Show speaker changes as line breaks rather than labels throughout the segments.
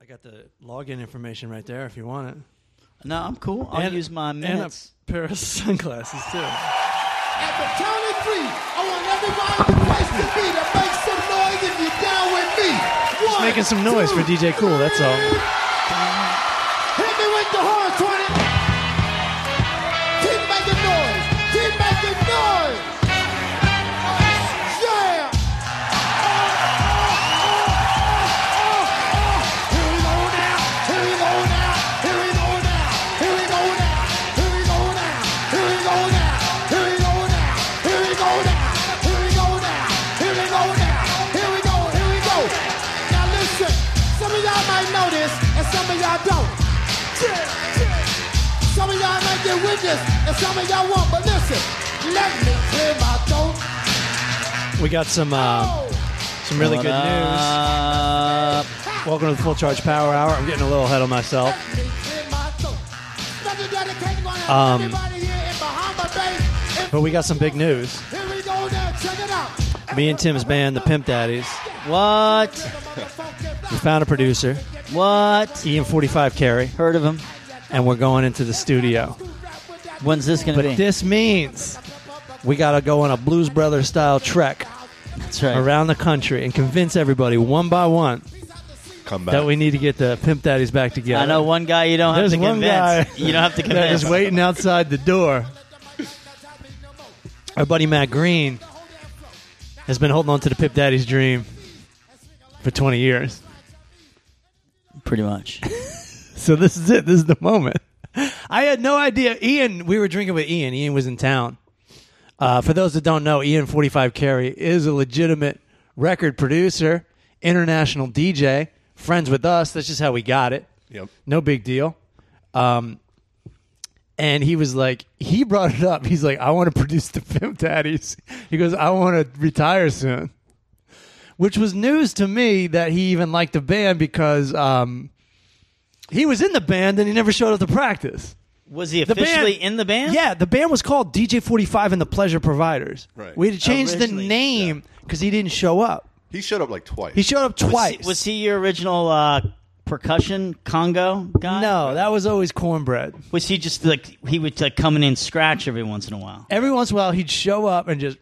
I got the login information right there if you want it.
No, I'm cool. I'll
And-
use my minutes.
And a pair of sunglasses too.
At the count of three, I want everybody in the place to be to make some noise if you're down with me. One,
Making some noise
two,
for DJ Cool. That's all.
Hit me with the horn, 20. Keep making noise. Keep making noise. Yeah. Here we go now. Here we go now. Here we go now. Here we go now. Here we go now. Here we go now. Here we go now. Here we go now. Here we go now. Here we go now. Here we go. Here we go. Now listen. Some of y'all might know this, and some of y'all don't. Yeah, yeah. Some of y'all might get with this, and some of y'all won't. But listen, let me clear my throat.
We got some uh, some really good news.
Uh,
Welcome to the Full Charge Power Hour. I'm getting a little ahead of myself.
Let me clear my throat. Nothing dedicated going out
Um,
to everybody here in Bahama Bay. If-
But we got some big news.
Here we go now, check it out.
Me and Tim's band, the Pimp Daddies,
what?
we found a producer,
What?
Ian 45 Carey,
Heard of him?
and we're going into the studio.
When's this going to be?
But this means we got to go on a Blues Brothers style trek
That's right.
around the country and convince everybody one by one
Come back.
that we need to get the Pimp Daddies back together.
I know one guy you don't have
There's
to
one
convince.
guy
You don't have to
that
convince.
is waiting outside the door. Our buddy Matt Green has been holding on to the Pip Daddy's dream for 20 years.
Pretty much.
So this is it. This is the moment. I had no idea. Ian, we were drinking with Ian. Ian was in town. Uh, for those that don't know, Ian 45 Carey is a legitimate record producer, international DJ, friends with us. That's just how we got it.
Yep.
No big deal. Um, and he was like, he brought it up. He's like, I want to produce the Pimp Daddies. He goes, I want to retire soon. Which was news to me that he even liked the band because um, he was in the band and he never showed up to practice.
Was he
The band-
officially in the band?
Yeah, the band was called DJ 45 and the Pleasure Providers.
Right.
We had to change the
Originally,
name because he didn't show up.
He showed up like twice.
He showed up
Was
twice.
he, was he your original uh, percussion Congo guy?
no, that was always cornbread.
Was he just like he would like coming in scratch every once in a while?
Every once in a while, he'd show up and just.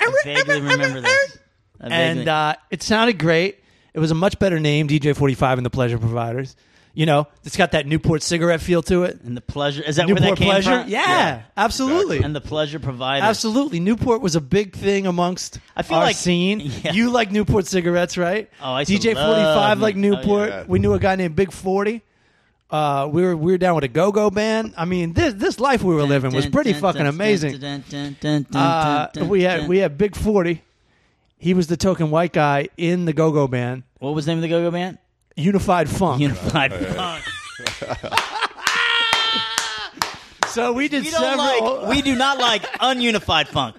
I vaguely remember this. I
and
vaguely-
uh, it sounded great. It was a much better name, DJ Forty Five and the Pleasure Providers. You know, it's got that Newport cigarette feel to it.
and the pleasure is that
Newport
where that came
Pleasure,
from?
yeah, absolutely,
And the pleasure provider.
absolutely. Newport was a big thing amongst
I feel
our
like-
scene.
Yeah.
You like Newport cigarettes, right?
Oh, I used to
DJ
love
Forty Five
New-
like
oh,
Newport.
yeah.
We knew a guy named Big Forty. Uh, we were we were down with a go go band. I mean, this this life we were living was pretty fucking amazing. Uh, we had we had Big Forty. He was the token white guy in the Go Go Band,
What was the name of the Go Go Band?
Unified Funk. Oh,
Unified Funk.
so we did
We don't
several.
like. We do not like ununified funk.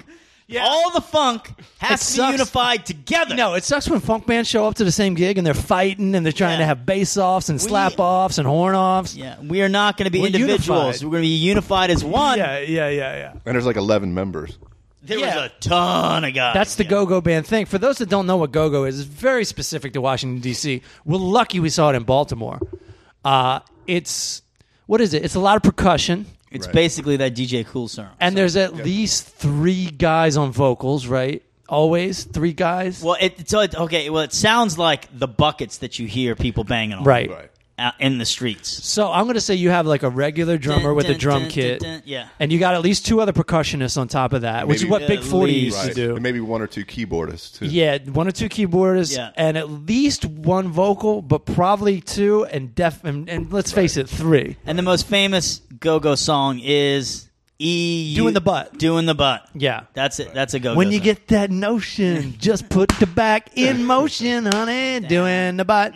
All the funk
It
has to
sucks.
be unified together.
no, it sucks when funk bands show up to the same gig and they're fighting and they're trying
Yeah.
to have bass offs and
We-
slap offs and horn offs.
Yeah, we are not going to be
We're
individuals.
unified.
We're going to be unified as one.
yeah, yeah, yeah, yeah.
and there's like 11 members.
There
Yeah.
was a ton of guys.
That's the
yeah.
Go Go Band thing. For those that don't know what Go Go is, it's very specific to Washington D.C. We're lucky we saw it in Baltimore. Uh, it's what is it? It's a lot of percussion.
It's
Right.
basically that DJ Cool song.
And there's at least three guys on vocals, right? Always three guys.
well, it, so it, okay. Well, it sounds like the buckets that you hear people banging on,
right.
Right.
out in the streets.
So I'm gonna say you have like a regular drummer
Dun,
with a
dun,
drum
dun,
kit,
dun, dun. Yeah.
and you got at least two other percussionists on top of that, which is
Maybe-
what Big
At
Forty
least.
used to
Right.
do.
And maybe one or two keyboardists too.
yeah, one or two keyboardists,
Yeah.
and at least one vocal, but probably two, and def, and, and let's face it, three.
And the most famous go-go song is E.
Doing the butt.
Doing the butt.
Yeah.
That's it. That's a go-go.
When you
song.
get that notion, just put the back in motion, honey, doing the butt.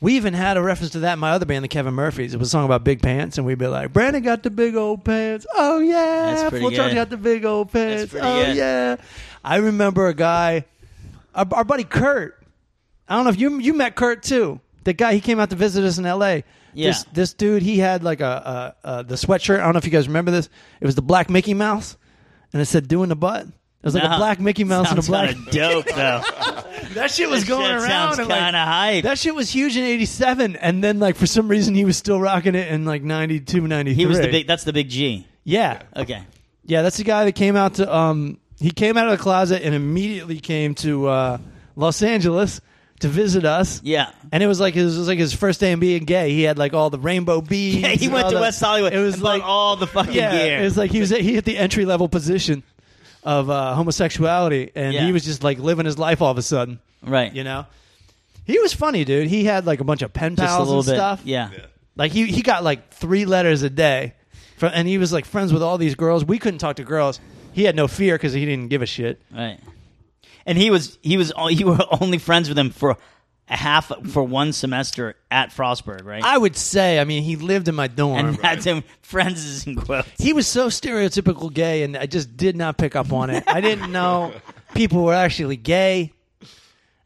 We even had a reference to that in my other band, the Kevin Murphys. It was a song about big pants, and we'd be like, "Brandon got the big old pants, oh yeah!
That's pretty
Full Charge
good.
got the big old pants,
pretty
oh
good.
yeah!" I remember a guy, our, our buddy Kurt. I don't know if you you met Kurt too. The guy he came out to visit us in L.A.
Yeah.
This, this dude, he had like a, a, a the sweatshirt. I don't know if you guys remember this. It was the black Mickey Mouse, and it said "doing the butt." It was like a
No.
black Mickey Mouse and a
Uh-huh. Sounds
black.
kinda dope though.
That shit was going
That
around.
sounds
and, like,
kind of hype.
that shit was huge in 87 and then like for some reason he was still rocking it in like 92 93
He was the big. That's the big G.
yeah
Okay.
yeah that's the guy that came out to um he came out of the closet and immediately came to uh los angeles to visit us
Yeah.
and it was like his, it was like his first day in being gay. He had like all the rainbow beads.
Yeah, he
and
went
all
to
the-
West Hollywood.
It was
and bought
like
all the fucking
yeah,
gear.
it was like he was he hit the entry level position of uh, homosexuality, and
Yeah.
he was just like living his life all of a sudden.
right.
You know, he was funny, dude. He had like a bunch of pen
just a
pals
little
and
bit.
stuff.
Yeah.
like he he got like three letters a day, from, and he was like friends with all these girls. We couldn't talk to girls. He had no fear because he didn't give a shit.
Right. And he was he was you were only friends with him for a half for one semester at Frostburg, right?
I would say, I mean, he lived in my dorm.
and that's him. Friends is in quotes.
he was so stereotypical gay and i just did not pick up on it i didn't know people were actually gay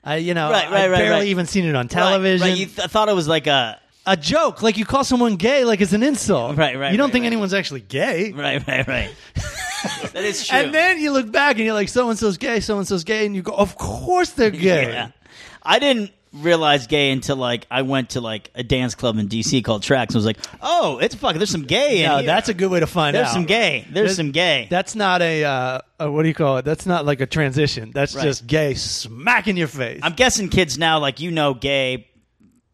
i you know
Right, right,
i
right,
barely
right.
even seen it on television
Right, right. You th- thought it was like a
a joke like you call someone gay like it's an insult
Right, right,
you don't
right,
think
right.
anyone's actually gay
right, right, right. that is true.
and then you look back and you're like so and so's gay so and so's gay and you go of course they're gay
yeah. I didn't realize gay until like I went to like a dance club in DC called Tracks and was like, "Oh, it's fucking there's some gay in
Now,
here.
that's a good way to find
there's
out
some gay. There's, some gay."
that's not a, uh, a what do you call it that's not like a transition that's
Right.
just gay smack in your face
I'm guessing kids now like you know gay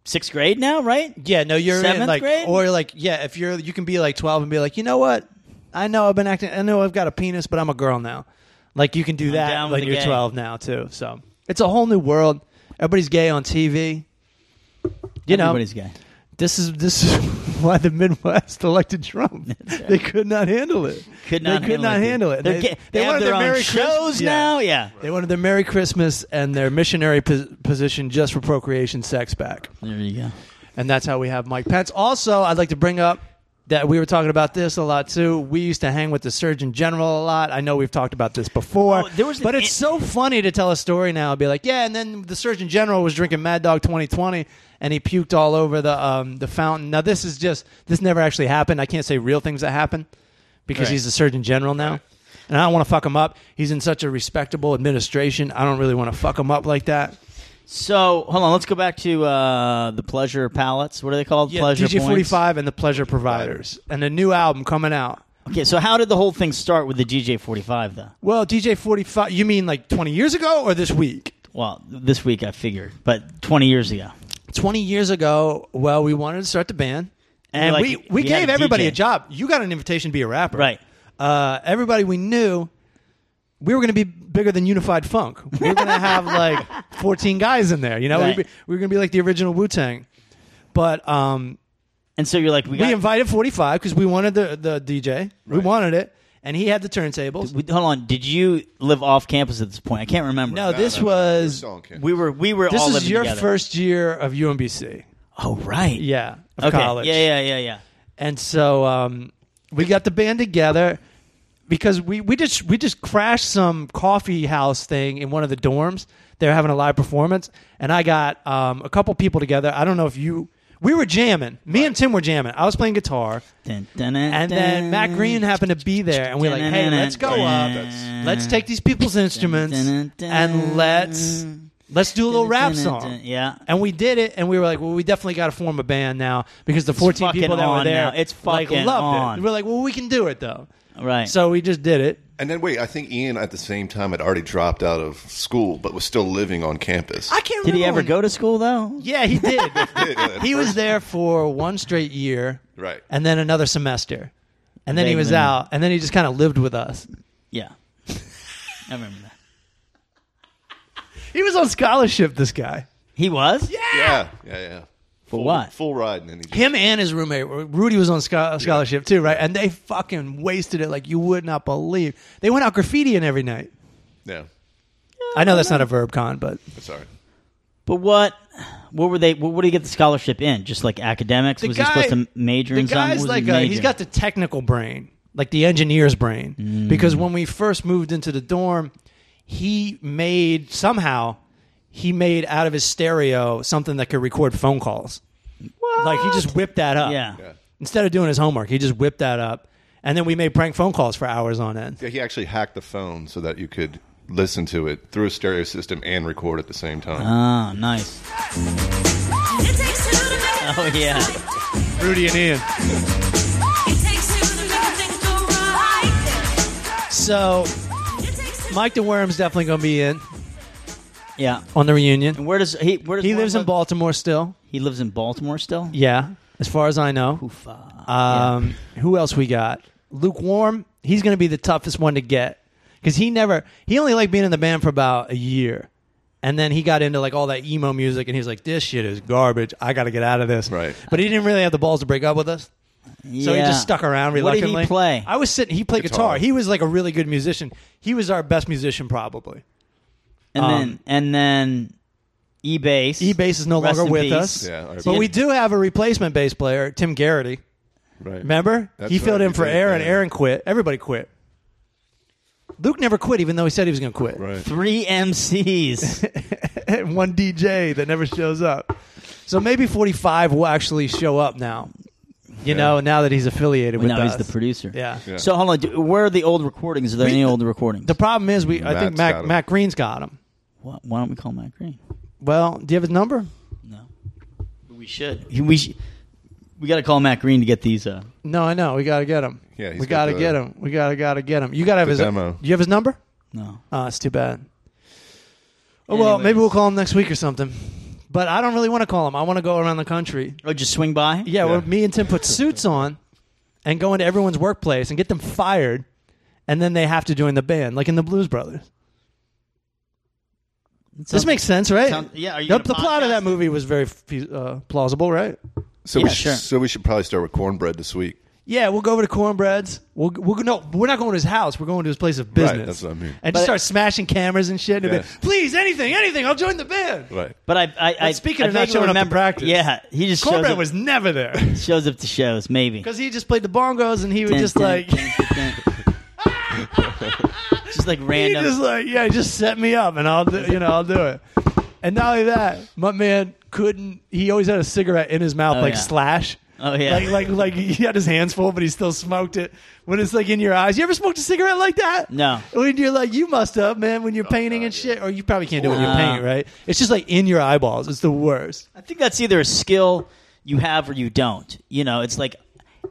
6th grade now, right?
Yeah, no, you're in
Seventh
like,
grade?
or like, yeah, if you're, you can be like twelve and be like, you know what? I know I've been acting. I know I've got a penis, but I'm a girl now. Like you can do that
down
when
with the
you're
gay.
twelve now too. So it's a whole new world. Everybody's gay on TV. You know,
Everybody's gay.
this is this is why the Midwest elected Trump. They could not handle it.
Could not
They could
handle
not
it.
handle it.
They're ga- they have
wanted
their own
Merry
shows
Christmas- yeah.
now? Yeah.
They wanted their Merry Christmas and their missionary pos- position just for procreation sex back.
There you go.
And that's how we have Mike Pence. Also, I'd like to bring up that we were talking about this a lot too. We used to hang with the Surgeon General a lot. I know we've talked about this before.
Oh, there was an
but it's
in-
so funny to tell a story now and be like, yeah, and then the Surgeon General was drinking Mad Dog 2020 and he puked all over the um, the fountain. Now this is just this never actually happened. I can't say real things that happened because
Right.
he's the Surgeon General now. And I don't want to fuck him up. He's in such a respectable administration. I don't really want to fuck him up like that.
So hold on, let's go back to uh, the pleasure palettes. What are they called?
Yeah,
pleasure
DJ
points.
45 and the Pleasure Providers and a new album coming out.
Okay, so how did the whole thing start with the DJ forty five though?
Well, DJ 45, you mean like 20 years ago or this week?
Well, this week I figured, but twenty years ago.
20 years ago, well, we wanted to start the band. And
like,
we, we
we had
gave
a
everybody
DJ.
a job. You got an invitation to be a rapper.
Right.
Uh, everybody we knew, we were going to be bigger than Unified Funk. We were going to have like 14 guys in there. You know,
Right.
We'd be- we were going to be like the original Wu Tang. But um,
And so you're like, we
we
got.
invited 45 because we wanted the, the DJ, we
Right.
wanted it. And he had the turntables.
we- hold on, did you live off campus at this point? I can't remember.
No, this
no, no, no,
was
you're still on campus.
we were we were all
this is
living
your
together.
first year of UMBC.
Oh right.
Yeah, of
Okay.
college.
Yeah, yeah, yeah, yeah.
And so um, we got the band together because we, we just we just crashed some coffee house thing in one of the dorms. They were having a live performance, and I got um, a couple people together. I don't know if you. We were jamming. Me and Tim were jamming. I was playing guitar,
Dun, dun, dun,
and then
dun.
Matt Green happened to be there, and we we're like, "Hey, let's go up. Let's take these people's instruments and let's let's do a little rap song."
Yeah.
And we did it, and we were like, "Well, we definitely got to form a band now because the fourteen
fucking
people that were
on
there,
now. It's
like
fucking
loved
on.
it." We're like, "Well, we can do it though."
Right.
So we just did it.
And then wait, I think Ian at the same time had already dropped out of school, but was still living on campus.
I can't.
did he
remember
ever
when-
go to school though?
Yeah, he did.
Yeah,
he was there for one straight year,
Right.
and then another semester, and then he
Vague
was
memory.
out, and then he just kind of lived with us.
Yeah. I remember that.
He was on scholarship. This guy,
He was? Yeah.
yeah, yeah, yeah.
For what?
Full ride, and then he just,
him and his roommate Rudy was on scho- scholarship too, right? And they fucking wasted it like you would not believe. They went out graffitiing every night.
yeah.
I know that's not a verb con, but
Sorry.
But what what were they what, what did he get the scholarship in? Just like academics? was he supposed to major
the
in something?
guy's
What was
like
he
a-
major?
he's got the technical brain, like the engineer's brain. Because when we first moved into the dorm, he made somehow he made out of his stereo something that could record phone calls. Like he just whipped that up.
Yeah.
Yeah.
Instead of doing his homework, he just whipped that up. And then we made prank phone calls for hours on end.
Yeah, he actually hacked the phone so that you could listen to it through a stereo system and record at the same time.
Uh,
Oh, nice.
It takes two to make
Oh, yeah.
Rudy and Ian.
It takes two to make a thing go right.
So
It takes two.
Mike the Worm's definitely going to be in
Yeah.
on the reunion.
And where does he? Where does
He lives in
Baltimore-
Baltimore still.
He lives in Baltimore still.
Yeah, as far as I know. Um, Uh, Who else we got? Lukewarm. He's going to be the toughest one to get because he never. He only liked being in the band for about a year, and then he got into like all that emo music, and he was like, "This shit is garbage. I got to get out of this."
Right.
But he didn't really have the balls to break up with us. So he
Yeah.
just stuck around reluctantly. Um,
What did he play?
I was sitting. He played guitar.
Guitar.
He was like a really good musician. He was our best musician probably.
and
um,
then and then eBase.
E bass is no
Rest
longer
in
with
peace.
us,
Yeah, our
but
band.
we do have a replacement bass player, Tim Garrity.
Right.
Remember?
That's
he filled
right,
in
he
for
did,
Aaron.
yeah.
Aaron quit. Everybody quit. Luke never quit, even though he said he was going to quit.
Right.
Three MCs.
One DJ that never shows up. So maybe 45 will actually show up now. You know, now that he's affiliated with
now
us.
he's the producer.
Yeah.
Yeah.
So hold on. do- Where are the old recordings? Are there any old recordings?
The problem is, we I think
Matt's
Mac,
got him.
Mac Green's got him.
Why why don't we call Matt Green?
Well, do you have his number?
No. We should. He- We sh- we got to call Matt Green to get these. Uh,
No, I know. We got to get him.
Yeah, he's
we
got
got to
the-
get him. We got to got to get him. You got to have
the
his
demo.
You have his number?
no.
Oh, it's too bad. Oh, well,
Anyways.
maybe we'll call him next week or something. But I don't really want to call him. I want to go around the country
Oh, just swing by.
Yeah, well,
Yeah.
me and Tim put suits on and go into everyone's workplace and get them fired, and then they have to join the band, like in the Blues Brothers. this makes sense, right?
sound- yeah, are you
the,
gonna
the plot of
podcast?
that movie was very fe- uh, plausible, right?
So
Yeah,
we should,
sure.
so we should probably start with cornbread this week.
Yeah, we'll go over to Cornbread's. We'll, we'll no, we're not going to his house. We're going to his place of business.
that's what I mean.
And just start smashing cameras and shit. And be
Yeah.
like, Please, anything, anything. I'll join the band.
Right.
But I, I, I
But speaking
I
of not
vaguely
showing up to
remember,
practice.
Yeah, he just shows
Cornbread
up,
was never there
shows up to shows. Maybe
because he just played the bongos and he was
Dun,
just
dun,
like.
dun, dun, dun. just like
He
random.
just like, yeah, just set me up, and I'll, do, you know, I'll do it. And not only that, my man couldn't. He always had a cigarette in his mouth,
Oh,
like
yeah.
slash.
Oh, yeah.
like like like he had his hands full, but he still smoked it. When it's like in your eyes, you ever smoked a cigarette like that?
No. Oh,
When you're like, you must have, man. When you're painting and shit, or you probably can't do it when you
No.
paint, right? It's just like in your eyeballs. It's the worst.
I think that's either a skill you have or you don't. You know, it's like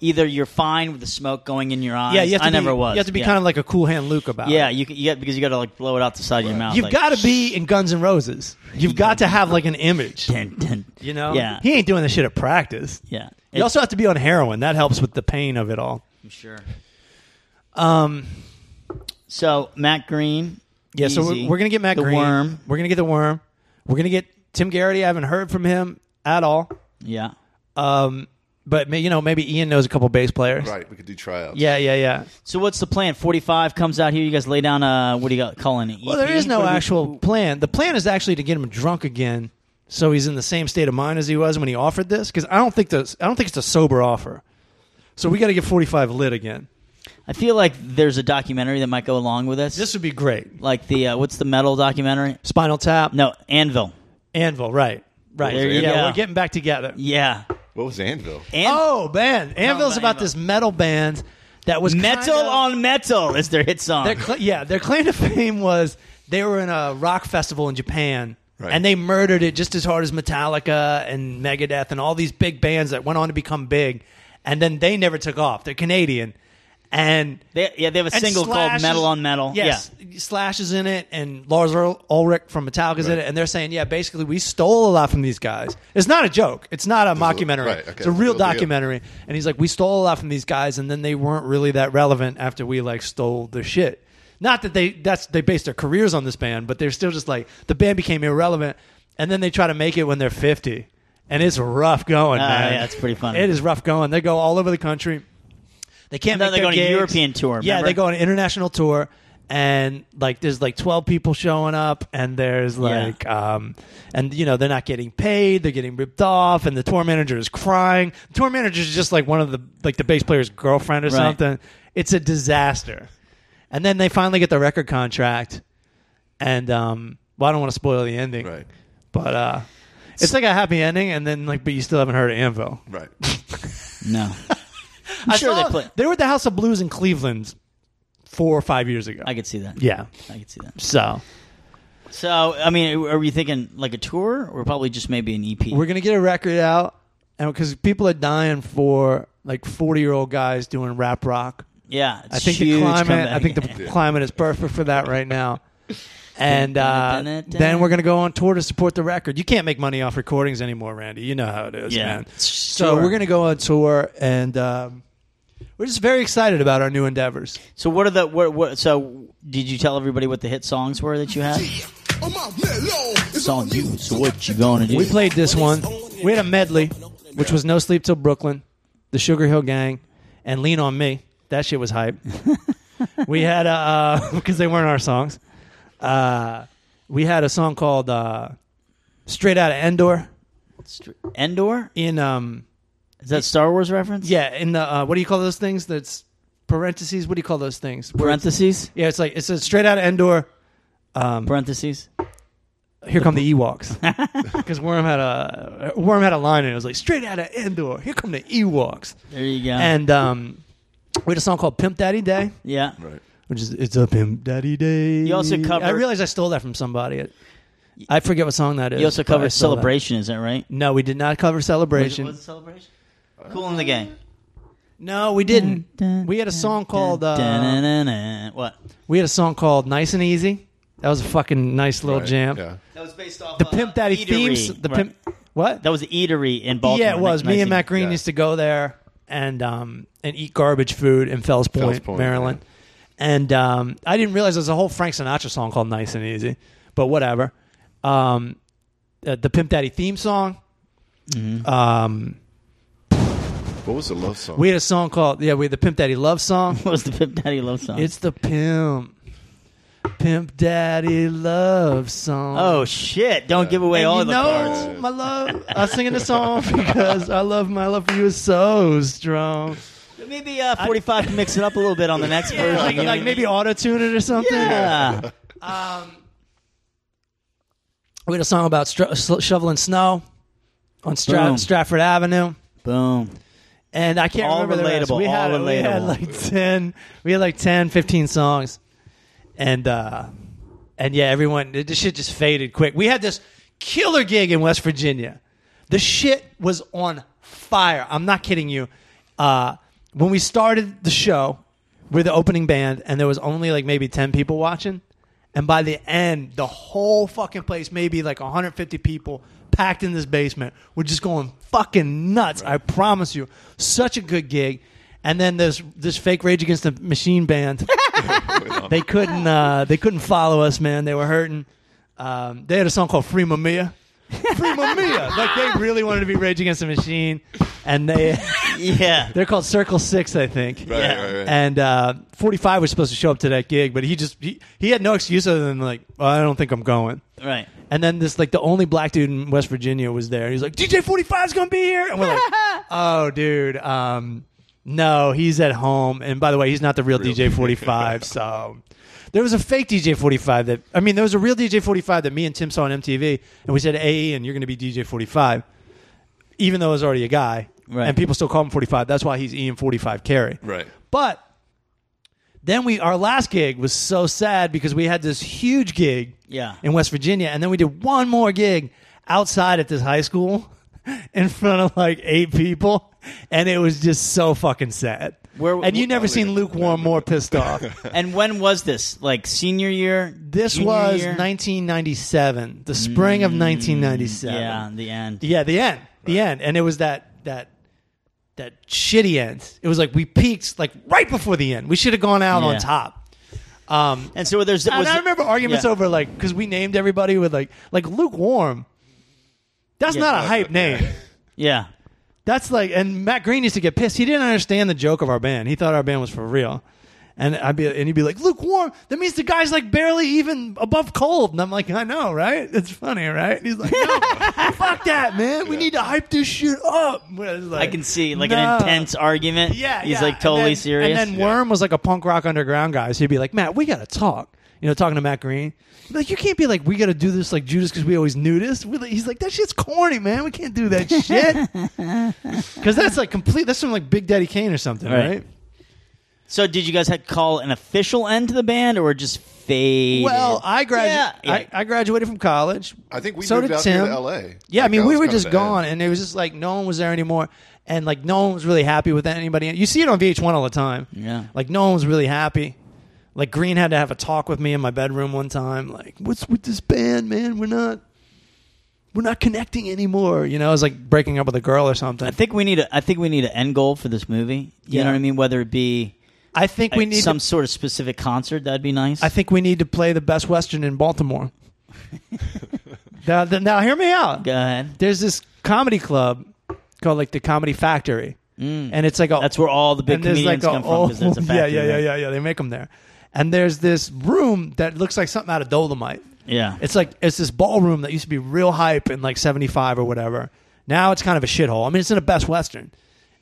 either you're fine with the smoke going in your eyes.
Yeah, you have to
I
be,
never was.
You have to be
yeah.
kind of like a cool hand Luke about it.
yeah, you, c- you got because you got to like blow it out the side of your mouth.
You've
like,
got to be in Guns N' Roses. You've got to have like an image.
dun, dun.
You know?
Yeah,
He ain't doing this shit at practice.
yeah.
You also have to be on heroin. That helps with the pain of it all.
I'm sure.
Um,
So Matt Green.
yeah, so
Easy.
we're, we're gonna get Matt
The
Green.
Worm.
We're gonna get the worm. We're gonna get Tim Garrity. I haven't heard from him at all.
Yeah.
Um, but may, you know, maybe Ian knows a couple bass players.
Right. We could do tryouts.
Yeah, yeah, yeah.
So what's the plan? Forty five comes out here. You guys lay down. Uh, what do you got? E Calling it?
Well, there is no actual plan. The plan is actually to get him drunk again, so he's in the same state of mind as he was when he offered this. Because I don't think this, I don't think it's a sober offer. So we got to get forty five lit again.
I feel like there's a documentary that might go along with this.
This would be great.
like the uh, what's the metal documentary?
Spinal Tap,
No, Anvil.
Anvil, right, right.
There you
yeah,
go.
we're getting back together.
Yeah.
What was Anvil?
Anvil.
Oh, band. Anvil's about
about Anvil.
this metal band that was
Metal
kinda-
on Metal is their hit song.
Their cl- yeah, their claim to fame was they were in a rock festival in Japan.
Right.
And they murdered it just as hard as Metallica and Megadeth and all these big bands that went on to become big. And then they never took off. They're Canadian. And
They, yeah, they have a
and
single
Slash
called Metal
is-
on Metal.
Yes, Slash is in it, and Lars Ul- Ulrich from Metallica's in
Right.
it, and they're saying, yeah, basically we stole a lot from these guys. It's not a joke. It's not a
This is a-
mockumentary.
right, okay,
It's a real
real deal.
documentary. And he's like, we stole a lot from these guys, and then they weren't really that relevant after we like stole the shit. Not that they that's they based their careers on this band, but they're still just like the band became irrelevant, and then they try to make it when they're fifty, and it's rough going,
Ah,
man.
yeah, it's pretty funny.
It is rough going. They go all over the country. They can't.
No,
make
they
their
go on a
gigs.
European tour,
Yeah,
remember?
they go on an international tour, and like there's like twelve people showing up, and there's like, um, and you know they're not getting paid, they're getting ripped off, and the tour manager is crying. The tour manager is just like one of the like the bass player's girlfriend or
Right.
something. It's a disaster. And then they finally get the record contract, and um, well, I don't want to spoil the ending,
Right.
But uh, it's like a happy ending, and then like, but you still haven't heard of Anvil.
Right.
Yeah. No. I'm sure
saw-
they play.
were at the House of Blues in Cleveland four or five years ago.
I could see that.
yeah.
I could see that.
So
So, I mean, are we thinking like a tour or probably just maybe an E EP?
we're gonna get a record out, and because people are dying for like forty-year-old guys doing rap rock.
yeah, it's
I think
huge
the climate.
comeback.
I think the climate is perfect for that right now. And uh, then we're gonna go on tour to support the record. You can't make money off recordings anymore, Randy. You know how it is,
Yeah.
man. So
Sure.
we're gonna go on tour, and um, we're just very excited about our new endeavors.
so what are the what, what? So did you tell everybody what the hit songs were that you had?
It's
on you, so what you gonna do?
We played this one. We had a medley, which was No Sleep Till Brooklyn, The Sugar Hill Gang, and Lean on Me. That shit was hype. we had a because they weren't our songs. Uh, we had a song called uh, "Straight Out of Endor"
Endor?
in um
Is that Star Wars reference?
yeah in the uh, what do you call those things? That's parentheses. What do you call those things? Where it's-
Parentheses.
Yeah, it's like it's a straight out of Endor. Um,
Parentheses.
Here come the Ewoks, because Worm had a Worm had a line and it was like straight out of Endor. Here come the Ewoks.
There you go.
and um, we had a song called "Pimp Daddy Day,"
yeah.
Right.
which is it's a Pimp Daddy Day.
You also cover-
I realized I stole that from somebody. It- I forget what song that is.
You also
but I
covered
stole that.
Celebration, is that right?
No, we did not cover celebration.
Was it Celebration? Cool in the Gang.
no, we didn't. we had a song called uh,
Dun-dun-dun-dun. What?
we had a song called "Nice and Easy." That was a fucking nice little
Right.
jam.
Yeah.
That was based off uh,
The Pimp Daddy themes. The Pimp. What?
That was the Eatery in Baltimore.
Yeah, it was. Me and Matt
1980.
Green
Yeah.
used to go there and um, and eat garbage food in Fells Point,
Point,
Maryland. And um, I didn't realize there's a whole Frank Sinatra song called "Nice and Easy," but whatever. Um, uh, the Pimp Daddy theme song. Um,
What was the love song?
we had a song called yeah, we had the Pimp Daddy love song.
What was the Pimp Daddy Love song?
It's the pimp, Pimp Daddy love song.
oh, shit. Don't give away
And
all
you
the
know,
cards.
my love. I'm singing this song because I love my love for you is so strong.
Maybe uh, 45 can mix it up a little bit on the next version.
like,
you know
like
what I
maybe
mean?
auto tune it or something.
Yeah.
We had a song about stro- sl- shoveling snow on Stra-
Boom.
Stratford Avenue,
Boom.
and I can't
All
remember the rest.
relatable,
We
all
had, We had
relatable.
like ten. We had like 10, 15 songs, and uh, and yeah, everyone. This shit just faded quick. We had this killer gig in West Virginia. The shit was on fire. I'm not kidding you. Uh, when we started the show, we're the opening band, and there was only like maybe 10 people watching. And by the end, the whole fucking place, maybe like 150 people packed in this basement, were just going fucking nuts. I promise you. Such a good gig. And then there's this fake Rage Against the Machine band. they couldn't uh, they couldn't follow us, man. They were hurting. Um, they had a song called Free Mamiya. Free Mamiya. like they really wanted to be Rage Against the Machine, and they
Yeah.
they're called Circle Six, I think.
Right,
Yeah.
right, right.
And uh, 45 was supposed to show up to that gig, but he just he, he had no excuse other than like, well, I don't think I'm going.
Right.
And then this like the only black dude in West Virginia was there. He's like, DJ 45 is gonna be here, and we're like, oh, dude, um, no, he's at home. And by the way, he's not the real, DJ 45. so there was a fake DJ 45 that I mean, there was a real DJ 45 that me and Tim saw on MTV, and we said, hey, and you're gonna be DJ 45, even though it was already a guy,
Right.
and people still call him 45. That's why he's E Ian 45 Carey,
Right.
but then we our last gig was so sad because we had this huge gig
Yeah.
in West Virginia, and then we did one more gig outside at this high school in front of like eight people, and it was just so fucking sad.
Where- oh,
and you never seen Luke Warm more pissed off.
And when was this? Like senior year?
This
junior
was
year?
1997, the spring of 1997.
Mm, Yeah, the end.
Yeah, the end. The end. And it was that that that shitty end. It was like we peaked like right before the end. We should have gone out on
Yeah.
top. Um
And so there's.
and
was
I remember arguments
yeah.
over like because we named everybody with like like lukewarm. That's
Yeah,
not a
no,
hype name.
Yeah.
That's like and Matt Green used to get pissed. He didn't understand the joke of our band. He thought our band was for real. And I'd be and he'd be like, lukewarm, that means the guy's like barely even above cold. And I'm like, I know, right? It's funny, right? And he's like, no, fuck that, man. We need to hype this shit up. I, was
I
like,
can see like
"No."
an intense argument.
Yeah,
he's
yeah.
like totally
and then,
serious.
And then Worm was like a punk rock underground guy, so he'd be like, "Matt, we gotta talk." you know, talking to Matt Green. Like, you can't be like, we got to do this like Judas because we always knew this. We, like- he's like, that shit's corny, man. We can't do that shit. Because that's like complete, that's from like Big Daddy Kane or something,
Right.
right?
So did you guys have to call an official end to the band or just fade?
Well, I, gradu-
Yeah.
I, I graduated from college.
I think we
so
moved
did
out
Tim.
here to L.A.
Yeah, I
Like,
mean,
that
we
was
were
kinda
just
the
gone,
end.
and it was just like no one was there anymore, and like no one was really happy with anybody. You see it on VH1 all the time.
Yeah.
like no one was really happy. Like Green had to have a talk with me in my bedroom one time. Like, what's with this band, man? We're not, we're not connecting anymore. You know, it was like breaking up with a girl or something.
I think we need a I think we need an end goal for this movie. You
Yeah.
know what I mean? Whether it be
I think we
uh,
need
some
To,
sort of specific concert, that'd be nice.
I think we need to play the Best Western in Baltimore. now, now, hear me out.
Go ahead.
There's this comedy club called like the Comedy Factory, and it's like a
Mm. That's where all the big
there's,
comedians
a
come from because there's a
old-
factory.
Yeah, yeah, yeah,
right?
yeah, yeah. They make them there. And there's this room that looks like something out of Dolomite.
Yeah.
It's like it's this ballroom that used to be real hype in like '75 or whatever. Now it's kind of a shithole. I mean, it's in a Best Western,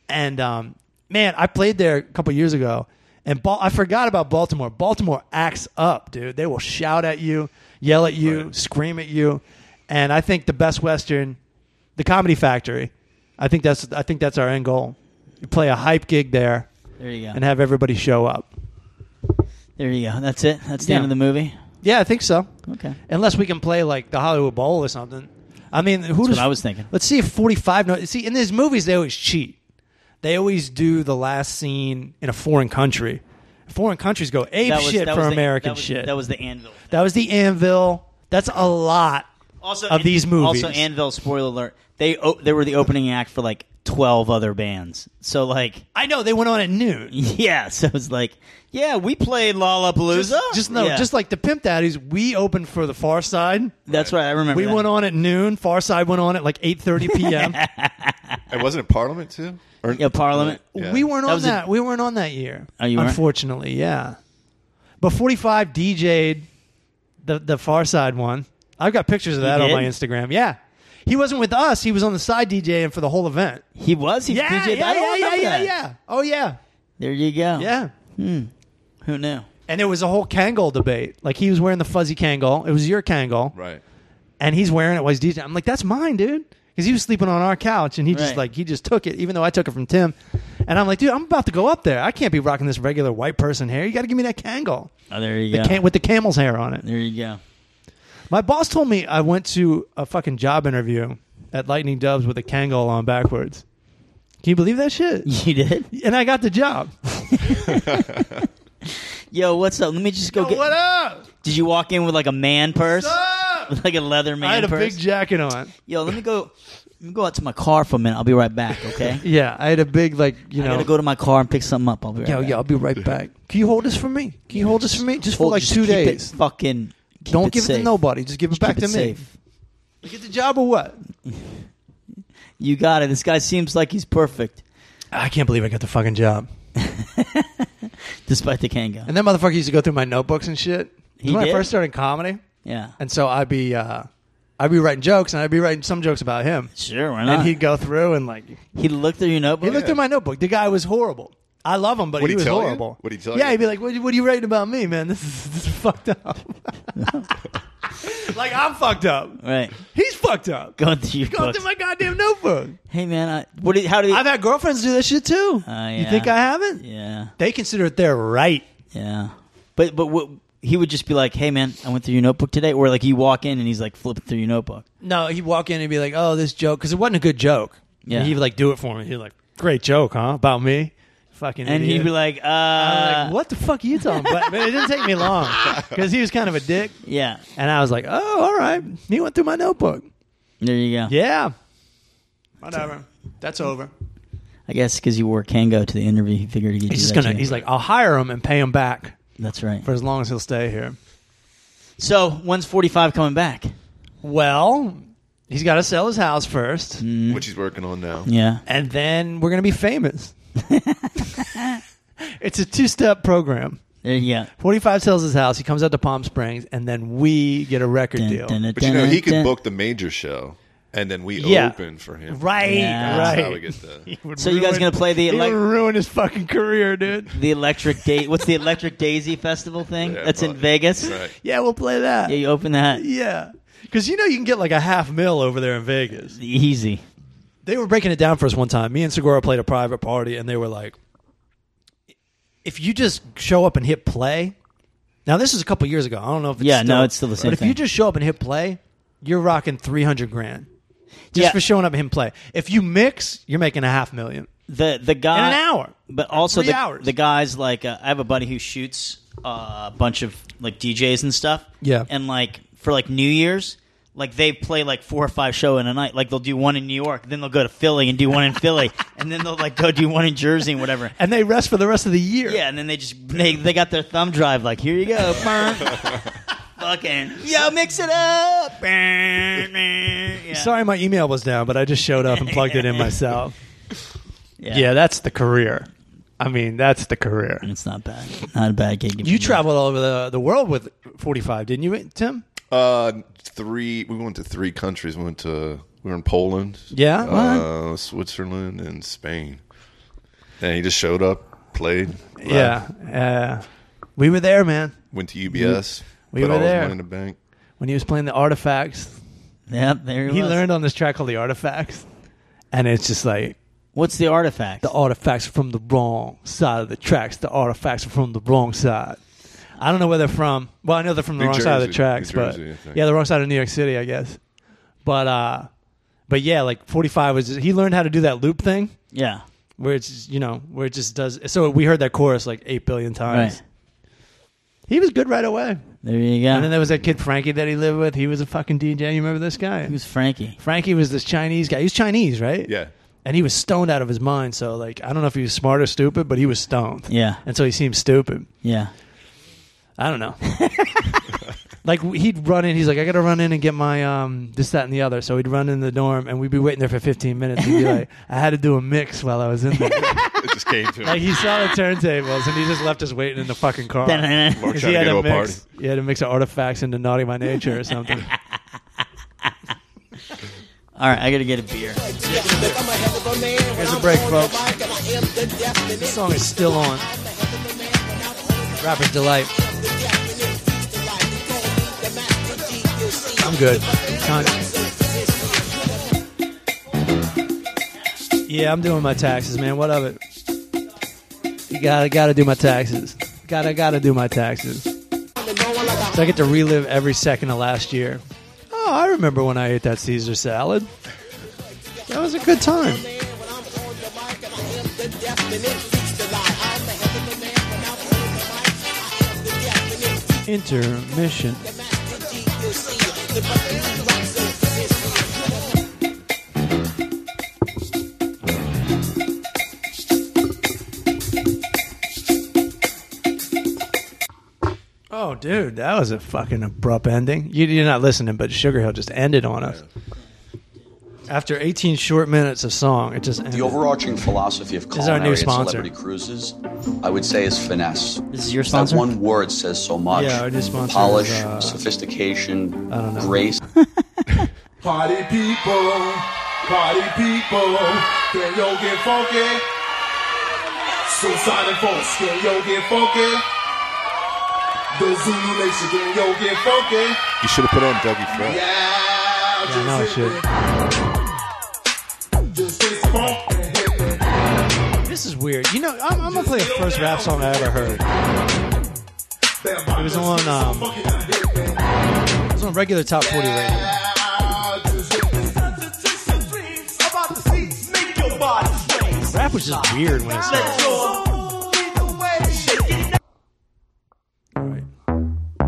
and um, man, I played there a couple years ago, and Bal- I forgot about Baltimore. Baltimore acts up, dude. They will shout at you, yell at you, scream at you, and I think the Best Western, the Comedy Factory, I think that's I think that's our end goal. You play a hype gig there
There you go.
and have everybody show up.
There you go. That's it. That's the
Yeah.
end of the movie.
Yeah, I think so.
Okay.
Unless we can play like the Hollywood Bowl or something. I mean, who does
what I was thinking.
Let's see if forty-five. No, see, in these movies, they always cheat. They always do the last scene in a foreign country. Foreign countries go ape
That was-
shit
that
for
was the-
American
that was-
shit.
That was the anvil.
that was the anvil. That's a lot.
also
of these movies.
Also, Anvil. Spoiler alert. They o- they were the opening act for like twelve other bands. So like,
I know they went on at noon.
yeah. So it's like, yeah, we played Lollapalooza.
Just, just no,
Yeah.
just like the Pimp Daddies, we opened for the Far Side.
that's right. I remember.
We
that.
went on at noon. Far Side went on at like eight thirty p.m.
And wasn't it Parliament too? Or,
Yeah, Parliament.
Yeah.
We weren't
That
on
was a-
that. we weren't on that year.
Oh, you weren't?
unfortunately, yeah. But 45 DJ'd the the Far Side one. I've got pictures of that on
did?
my Instagram. Yeah. He wasn't with us. He was on the side DJ and for the whole event.
He was. He
Yeah,
DJ'd.
yeah,
I don't
yeah, yeah,
remember
yeah,
that.
yeah. Oh yeah,
There you go.
yeah.
Who knew?
And it was a whole Kangol debate. Like he was wearing the fuzzy Kangol. It was your Kangol,
Right.
and he's wearing it while he's DJing. I'm like, that's mine, dude, because he was sleeping on our couch, and he just
Right.
like he just took it, even though I took it from Tim. And I'm like, dude, I'm about to go up there. I can't be rocking this regular white person hair. You got to give me that Kangol.
Oh, there you
the
go.
cam- with the camel's hair on it.
there you go.
My boss told me I went to a fucking job interview at Lightning Dubs with a Kangol on backwards. Can you believe that shit?
You did.
And I got the job.
Yo, what's up? Let me just go get.
what up?
Did you walk in with like a man purse,
Up?
like a leather man
I had a
purse?
big jacket on.
Yo, let me go. Let me go out to my car for a minute. I'll be right back. Okay.
Yeah, I had a big like you
I
know.
gotta go to my car and pick something up. I'll be right
yo,
back.
yo, I'll be right back. Can you hold this for me? Can you hold this for me? Just for like
just
two
keep it
days.
fucking. keep
Don't give it to
safe.
nobody. Just give it
Just
back to
keep it
me.
safe.
You get the job or what?
You got it. This guy seems like he's perfect,
I can't believe I got the fucking job.
despite the Kanga.
And that motherfucker used to go through my notebooks and shit.
He
when
did?
I first started comedy,
Yeah.
And so I'd be uh, I'd be writing jokes and I'd be writing some jokes about him.
Sure. Why not?
And he'd go through and like he
he looked through your notebook.
looked through my notebook. The guy was horrible. I love him, but
What'd
he
he
was
tell you?
horrible.
What'd he tell
yeah,
you?
he'd be like, what, what are you writing about me, man? This is, this is fucked up. like, I'm fucked up.
Right.
He's fucked up. Go,
Going through your books.
through my goddamn notebook.
hey man, I, what? Did, how did? He,
I've had girlfriends do that shit too.
Uh,
You
yeah.
think I haven't?
yeah.
They consider it their right.
Yeah. But but what? He would just be like, "Hey man, I went through your notebook today," or like you walk in and he's like flipping through your notebook.
No, he'd walk in and be like, "Oh, this joke," because it wasn't a good joke.
Yeah.
And he'd like do it for me. He'd like, "Great joke, huh? About me, fucking."
And
idiot.
he'd be like, uh,
I'm like, "What the fuck are you talking?" But, but it didn't take me long because he was kind of a dick,
Yeah.
and I was like, "Oh, all right." He went through my notebook.
There you go.
Yeah. Whatever. That's over.
I guess because you wore Kango to the interview, he figured he'd. do
He's just
that
gonna.
too.
He's like, "I'll hire him and pay him back
That's right.
for as long as he'll stay here."
So when's forty five coming back?
Well, he's got to sell his house first,
Mm.
Which he's working on now.
Yeah.
and then we're gonna be famous. it's a two-step program.
There you go.
45 sells his house. He comes out to Palm Springs, and then we get a record
Dun,
deal.
dun, dun,
But you know,
dun,
he could
dun.
book the major show and then we
Yeah.
open for him.
Right,
Yeah.
right.
That's how we get the.
So you guys gonna play the
He would
elec-
ruin his fucking career, dude.
The Electric Day. What's the Electric Daisy Festival thing?
Yeah,
That's in
probably.
Vegas.
Right.
Yeah, we'll play that.
Yeah, you open that
Yeah. Because you know you can get like a half mil over there in Vegas.
easy.
They were breaking it down for us one time. Me and Segura played a private party, and they were like, "If you just show up and hit play." Now this is a couple years ago. I don't know if it's
Yeah, no,
still,
it's still the same
But if
thing.
you just show up and hit play, you're rocking three hundred grand just
Yeah.
for showing up and hit play. If you mix, you're making a half million
The the guy
in an hour.
Uh, But also
Three
the,
hours.
the guys like uh, I have a buddy who shoots uh, a bunch of like DJs and stuff.
Yeah.
And like for like New Year's, like they play like four or five show in a night. Like they'll do one in New York, then they'll go to Philly and do one in Philly, and then they'll like go do one in Jersey and whatever.
and they rest for the rest of the year.
Yeah, and then they just they, they got their thumb drive like here you go, burn. fucking yo, mix it up. Burn, burn. Yeah.
Sorry, my email was down, but I just showed up and plugged it in myself.
yeah.
Yeah, that's the career. I mean, that's the career.
It's not bad. Not a bad gig.
Mm-hmm.
You traveled all over the, the world with 45, didn't you, Tim?
Uh, three. We went to three countries. We went to. We were in Poland.
Yeah?
Uh, Switzerland and Spain. And he just showed up, played. live,
Yeah. Uh, we were there, man,
Went to UBS.
We
put
were
all
there.
His money in the bank.
when he was playing the artifacts.
Yeah, there
He
was.
learned on this track called The Artifacts. And it's just like
What's the artifact?
the artifacts are from the wrong side of the tracks. The artifacts are from the wrong side. I don't know where they're from. Well, I know they're from the
New
wrong side of the
Jersey.
tracks,
New
but
Jersey, I think.
yeah, the wrong side of New York City, I guess. But uh, but yeah, like forty five was he learned how to do that loop thing
yeah.
where it's just, you know where it just does. So we heard that chorus like eight billion times.
Right.
He was good right away.
There you go.
And then there was that kid Frankie that he lived with. He was a fucking DJ. You remember this guy?
Who's Frankie?
Frankie was this Chinese guy. He was Chinese, right?
Yeah.
and he was stoned out of his mind. So like, I don't know if he was smart or stupid, but he was stoned.
Yeah.
and so he seemed stupid.
Yeah.
I don't know. like he'd run in. He's like, I gotta run in and get my um this, that, and the other. So he'd run in the dorm, and we'd be waiting there for 15 minutes. He'd be like, I had to do a mix while I was in there.
It just came to
like
him.
he saw the turntables, and he just left us waiting in the fucking car.
We're
'Cause
trying
he
to
had
go
to
to a
mix. He had to mix artifacts into "Naughty by Nature" or something.
All right, I gotta get a beer.
Here's a break, folks. This song is still on. Rapper's Delight. I'm good. Con- Yeah, I'm doing my taxes, man. What of it? You gotta gotta do my taxes. Gotta gotta do my taxes. So I get to relive every second of last year. Oh, I remember when I ate that Caesar salad. That was a good time. Intermission. Oh, dude, that was a fucking abrupt ending. You, you're not listening, but Sugar Hill just ended on us. After 18 short minutes of song, it just ended.
The overarching philosophy of
is our new
culinary and
sponsor.
celebrity cruises, I would say, is finesse.
This is your
That
sponsor.
one word says so much.
Yeah, our new sponsor
Polish,
is, uh,
sophistication, grace.
Party people, party people, can yo get funky? Suicide and folks, can yo get funky? The Zulu Nation, can yo get funky?
You should have put on Dougie Fresh.
Yeah,
I know it should.
just get funky.
This is weird. You know, I'm, I'm gonna play the first rap song I ever heard. It was on um, it was on regular top forty radio. Rap was just weird when it started. Right.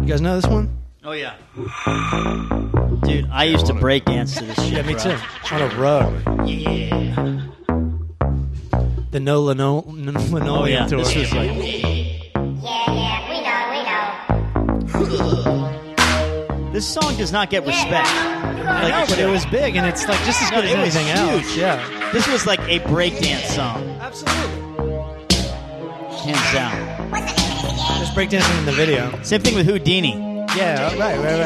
You guys know this one?
Oh yeah. Dude, I used to break dance to this shit.
Yeah, me too. On a rug. Yeah. The no lino- n- linoleum
Oh yeah,
tour.
this was like this song does not get respect.
I know,
Like,
but it was big, and it's like just as
No,
good as
it was
anything else.
huge.
Yeah,
this was like a breakdance song,
absolutely.
hands down.
There's breakdancing in the video.
Same thing with Houdini.
Yeah, right, right,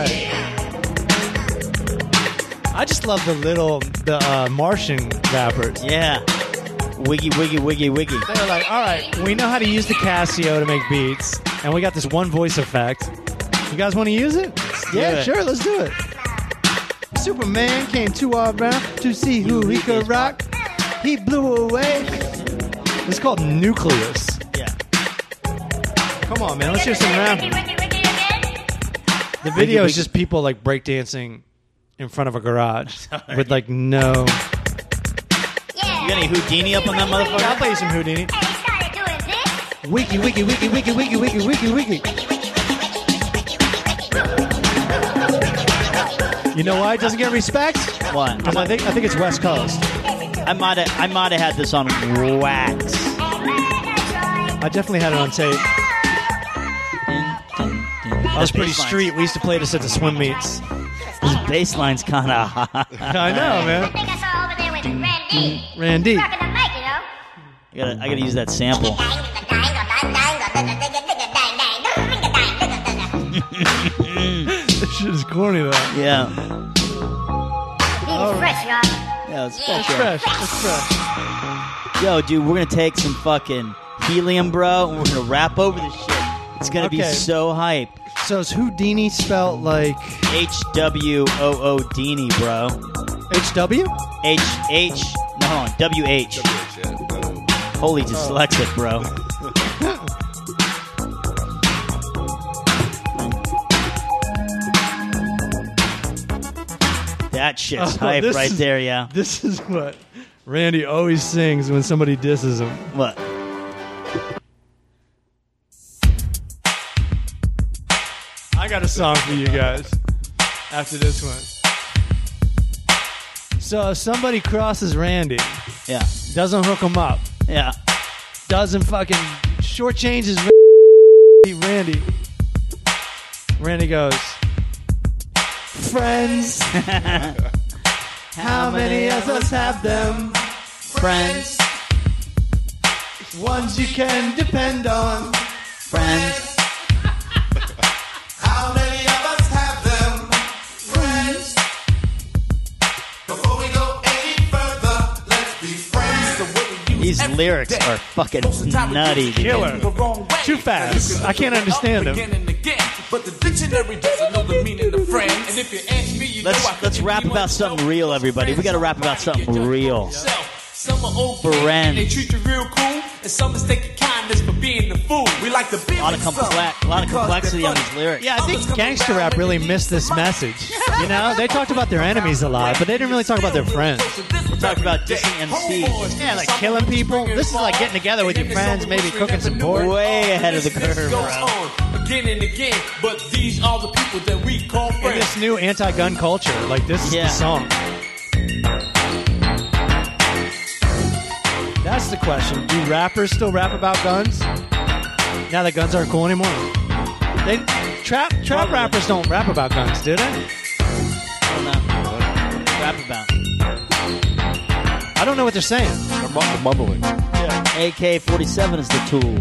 right. I just love the little the uh, Martian rappers.
Yeah. Wiggy, wiggy, wiggy, wiggy.
They're like, all right, we know how to use the Casio to make beats, and we got this one voice effect. You guys want to use it?
do
Yeah,
it.
sure, let's do it. Superman came to our round to see who he could rock. He blew away. It's called Nucleus.
Yeah.
Come on, man, let's hear some rap. The video is just people like breakdancing in front of a garage with like no.
You got any Houdini up on that
I'll
motherfucker?
play you some Houdini. Wiki, wiki, wiki, wiki, wiki, wiki, wiki, wiki. You know why it doesn't get respect?
One.
Because I think I think it's West Coast.
I might have, I might have had this on wax.
I definitely had it on tape. I was pretty
Bass lines.
street. We used to play this at the swim meets.
This bass line's kind of hot.
I know, man.
think I saw over there with Randy.
Randy.
Rocking the mic, you know.
I gotta, I gotta use that sample.
This shit is corny though.
Yeah.
Being fresh, y'all.
Yeah, it's
It's fresh. It's fresh.
Yo, dude, we're gonna take some fucking helium, bro, and we're gonna rap over this shit. It's gonna be
Okay.
so hype.
So is Houdini spelled like
H W O O Dini, bro.
HW?
H H. No, hold on. W H. Holy dyslexic, bro. that shit's
Oh,
hype
this
right
is-
there, yeah.
This is what Randy always sings when somebody disses him.
What?
I got a song for you guys after this one. So if somebody crosses Randy,
Yeah.
doesn't hook him up,
Yeah.
doesn't fucking shortchanges Randy. Randy goes, friends. How many of us have them?
Friends.
Ones you can depend on.
Friends.
How many of us have them? Friends. Before we go any further, let's be friends. So what we use
These
every
lyrics
day.
are fucking
Most of the time we
nutty,
use
dude.
Killer.
the wrong way.
Too fast. I can't understand them.
Again and again, but the dictionary doesn't know the meaning of friend. And if you ask me, you
Let's-
know I could
let's rap
anyone
about something
know.
real, everybody. We gotta rap about something real.
Some are okay,
Friend.
and they treat you real cool, and some mistake your kindness for being the fool. We like to be
A lot of complex, a lot of complexity on these lyrics.
Yeah, I think gangster rap really missed this message. You know, they talked about their enemies a lot, but they didn't really talk about their friends.
Talk about dissing MCs.
Yeah, like killing people. This is like getting together with your friends, maybe cooking some pork.
Way ahead of the curve, bro.
Again and again, but these are the people that we call
In
friends.
this new anti-gun culture, like this is
Yeah.
the song. That's the question. Do rappers still rap about guns? Now that guns aren't cool anymore. They trap trap rappers don't rap about guns, do they?
Rap about
I don't know what they're saying.
They're mum- mumbling.
AK forty seven is the tool.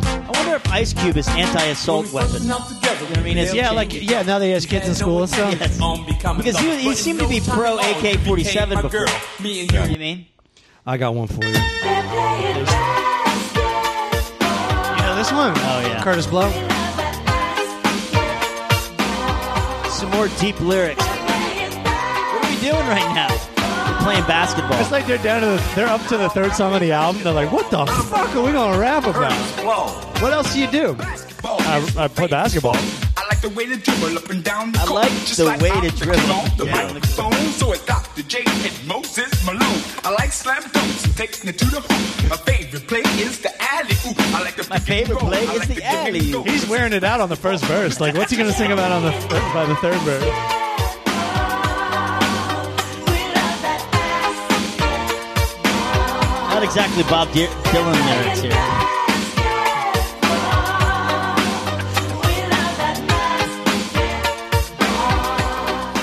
I wonder if Ice Cube is anti assault weapon.
I
I mean, it's
Yeah, like yeah. Now they has kids in school and stuff.
Yes. Because he- he seemed to be pro AK-47 before.
Me and you.
You know what I mean?
I got one for you. You know this one?
Oh, yeah.
Curtis Blow.
Some more deep lyrics. What are we doing right now? We're playing basketball.
It's like they're down to the, they're up to the third song of the album. They're like, what the fuck are we gonna rap about? What else do you do? I, I play basketball.
I like the way to dribble up and down the
I
court,
like
just
the way
I'm
to
the
dribble.
king on the
Yeah.
microphone, so it's Dr. J and Moses Malone. I like slam dunks and taking it to the hoop. My favorite play is the alley. Ooh, I like the
My favorite play is the alley-oop.
He's wearing it out on the first verse. Like, what's he gonna sing about on the thir- by the third verse?
Not exactly Bob Dy- Dylan lyrics here.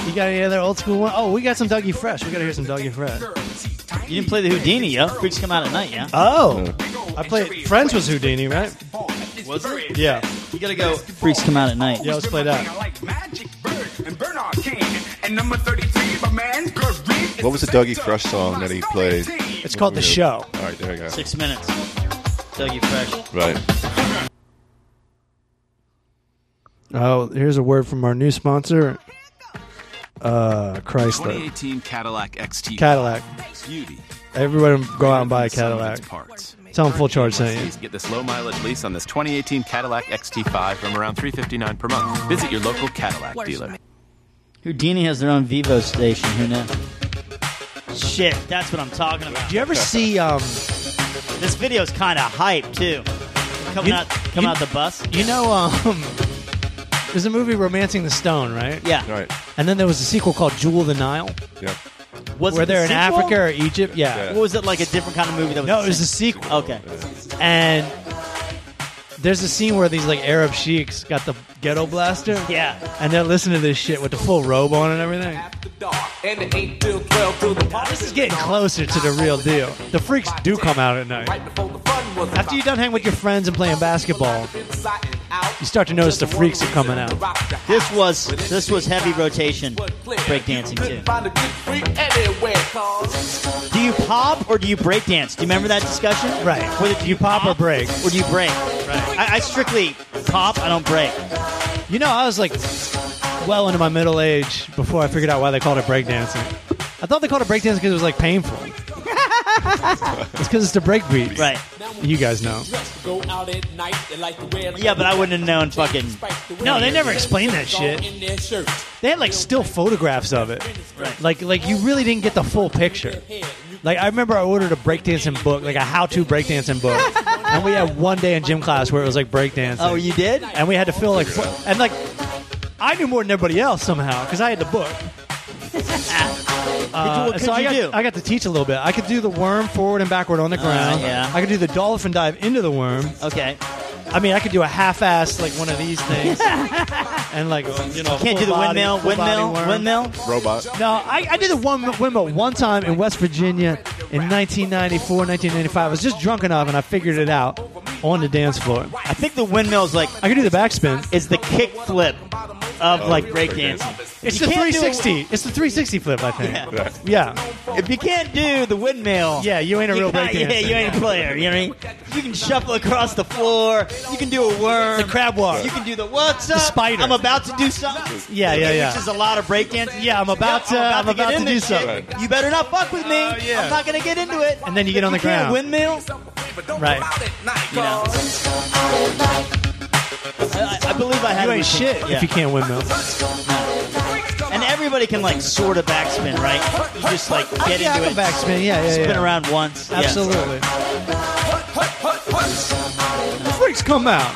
You got any other old school one? Oh, we got some Dougie Fresh. We gotta hear some Dougie Fresh.
You didn't play the Houdini, yo. Freaks
Uh.
come out at night, yeah.
Oh, I played Friends was Houdini, right?
Was it?
Yeah.
You gotta go. Freaks come out at night.
Yeah, let's play that.
What was the Dougie Fresh song that he played?
It's called The Show.
All right, there we go.
Six minutes. Dougie Fresh.
Right.
Oh, here's a word from our new sponsor, uh, Chrysler
2018 Cadillac XT.
Cadillac.
Beauty.
Everybody go out and buy a
Sum of
Cadillac.
its Parts.
Sound full charge saying.
Please get this low mileage lease on this 2018 Cadillac XT5 from around 359 per month. Visit your local Cadillac dealer.
Houdini has their own Vivo station. Who knows? Shit, that's what I'm talking about.
Do you ever see? Um,
This video's kind of hype too. Coming
You-
out, coming
you-
out the bus.
you know, um, there's a movie Romancing the Stone, right?
Yeah.
All right.
And then there was a sequel called Jewel of the Nile.
Yeah.
Was
Were
it the
they in
sequel?
Africa or Egypt? Yeah.
Yeah.
What was it like? A different kind of movie that was.
No,
the
it was a
same?
sequel.
Okay.
And there's a scene where these like Arab sheiks got the ghetto blaster.
Yeah.
And they're listening to this shit with the full robe on and everything.
And it ain't till 12 till the party.
This is getting closer to the real deal. The freaks do come out at night.
Right before the fun was
After you're done hanging with your friends and playing basketball,
you
you start to notice the freaks are coming out.
This was this was heavy rotation breakdancing too. Do you pop or do you breakdance? Do you remember that discussion?
Right.
Whether do you
Pop
pop
or break?
Or do you break? Right. I, I strictly pop. I don't break.
You know, I was like well into my middle age before I figured out why they called it breakdancing. I thought they called it breakdancing because it was like painful. it's because it's the break beat.
Right.
You guys know.
Yeah, but I wouldn't have known fucking.
No, they never explained that shit. They had like still photographs of it.
Right.
Like like you really didn't get the full picture. Like I remember I ordered a breakdancing book, like a how-to breakdancing book. and we had one day in gym class where it was like breakdancing.
Oh, you did?
and we had to fill like fo- and like I knew more than everybody else somehow because I had the book. Uh,
what could
so I
you
got,
do? Oh,
I got to teach a little bit. I could do the worm forward and backward on the ground.
yeah.
I could do the dolphin dive into the worm.
Okay.
I mean, I could do a half-ass like one of these things, and like you know,
Can't do the
full body-
windmill,
full body
windmill,
worm.
windmill.
Robot.
No, I, I did a one windmill one time in West Virginia in 1994, 1995. I was just drunk enough, and I figured it out on the dance floor.
I think the windmill's like
I could do the backspin.
is the kick flip
Oh,
of like breakdancing.
It's
You
the
can't do
360. It's the 360 flip, I think.
Yeah.
Right.
Yeah.
If you can't do the windmill,
Yeah, you ain't a
you
real
can't-
breakdancer.
Yeah, you ain't a player. You know what I mean? You can shuffle across the floor. You can do a worm.
The crab walk.
You can do the what's up?
spider.
I'm about to do something.
Yeah, yeah, yeah.
Which is a lot of breakdancing.
Yeah, I'm about to- I'm
get
about
in
to
this
do
shit.
something. Oh,
You better not fuck with me.
yeah.
I'm not gonna get into it.
And then you get on the
If you can't
ground.
Windmill.
Right.
You know. I, I- I believe I had.
You
a
ain't
routine.
shit
Yeah.
if you can't windmill.
And everybody can like sort of backspin, right? You just like get
Oh, yeah, I
into
can
it.
backspin. Yeah, yeah,
Spin
yeah.
around once. Yeah.
Absolutely. The freaks come out.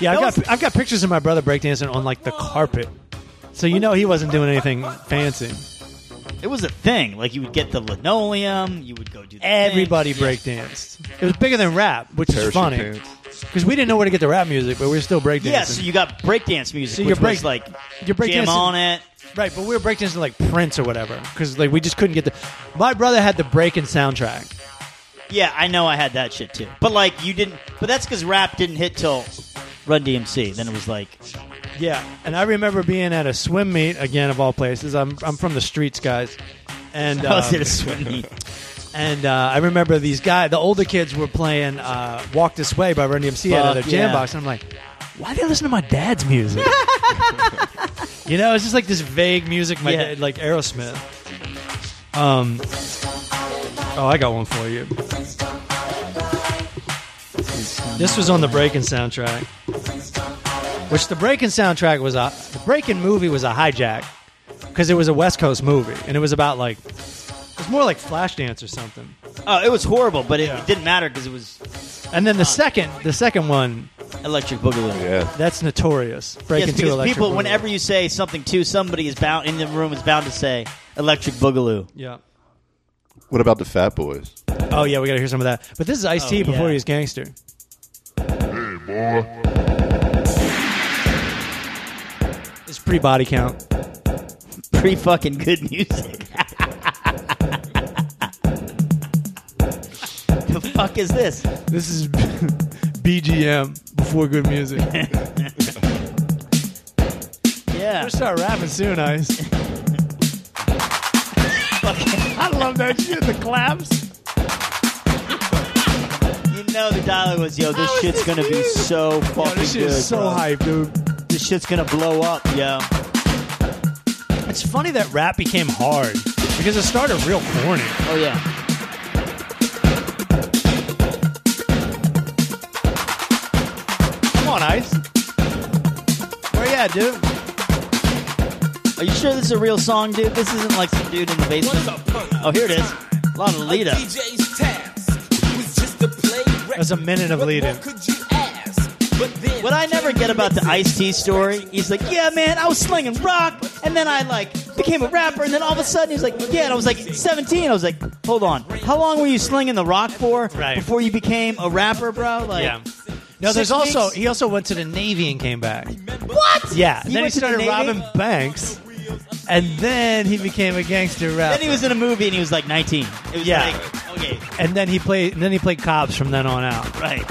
Yeah, I've got I've got pictures of my brother breakdancing on like the carpet. So you know he wasn't doing anything fancy.
It was a thing. Like you would get the linoleum, you would go do the
Everybody
thing.
breakdanced. It was bigger than rap, which is
Parachute
funny
pants.
because we didn't know where to get the rap music, but we were still breakdancing.
Yeah, so you got breakdance music,
So
which
you're break-
was like
you're breakdancing-
jam on it.
Right, but we were breakdancing like Prince or whatever because like we just couldn't get the. My brother had the breaking soundtrack.
Yeah, I know I had that shit too. But like you didn't. But that's because rap didn't hit till Run DMC. Then it was like
Yeah, and I remember being at a swim meet again of all places. I'm I'm from the streets, guys, and
I was
um,
at a swim meet.
and uh, I remember these guys, the older kids, were playing uh, "Walk This Way" by Run DMC out of
Fuck
their jam
yeah.
box, and I'm like, why do they listen to my dad's music? you know, it's just like this vague music, my
Yeah.
dad, like Aerosmith. Um, oh, I got one for you. This was on the Breaking soundtrack, which the Breaking soundtrack was a the Breaking movie was a hijack because it was a West Coast movie and it was about like it was more like Flashdance or something.
Oh, it was horrible, but it,
Yeah.
didn't matter because it was
And then the second the second one
Electric Boogaloo.
Yeah.
that's notorious Breaking
Yes,
Two
because
Electric.
people,
Boogaloo.
whenever you say something to somebody, is bound in the room is bound to say Electric Boogaloo.
yeah.
What about the Fat Boys?
Oh yeah, we gotta hear some of that. But this is Ice T
Oh,
before
yeah.
he was gangster. It's pre body count.
Pretty fucking good music. the fuck is this?
This is BGM before good music.
Yeah.
We'll start rapping soon, Ice. I love that shit. The claps.
You know the dialogue was, yo, this shit's gonna be so fucking
Oh, this shit
good.
is so
bro.
hype, dude.
This shit's gonna blow up, yo.
It's funny that rap became hard because it started real corny.
Oh yeah.
Come on, Ice. Oh,
Where you at, dude? Are you sure this is a real song, dude? This isn't like some dude in the basement. Oh, here it is. A lot of lead up.
That's a minute of lead-in.
What I never get about the Ice T story, he's like, yeah, man, I was slinging rock, and then I like became a rapper, and then all of a sudden he's like, yeah, and I was like 17. I was like, hold on, how long were you slinging the rock for
Right.
before you became a rapper, bro? Like,
No, there's
Six
also
weeks?
he also went to the Navy and came back.
what?
Yeah, and then he
went to the
started
Navy?
robbing banks, and then he became a gangster rapper.
Then he was in a movie and he was like 19. It was
Yeah.
like, okay,
and then he played, and then he played cops from then on out.
right.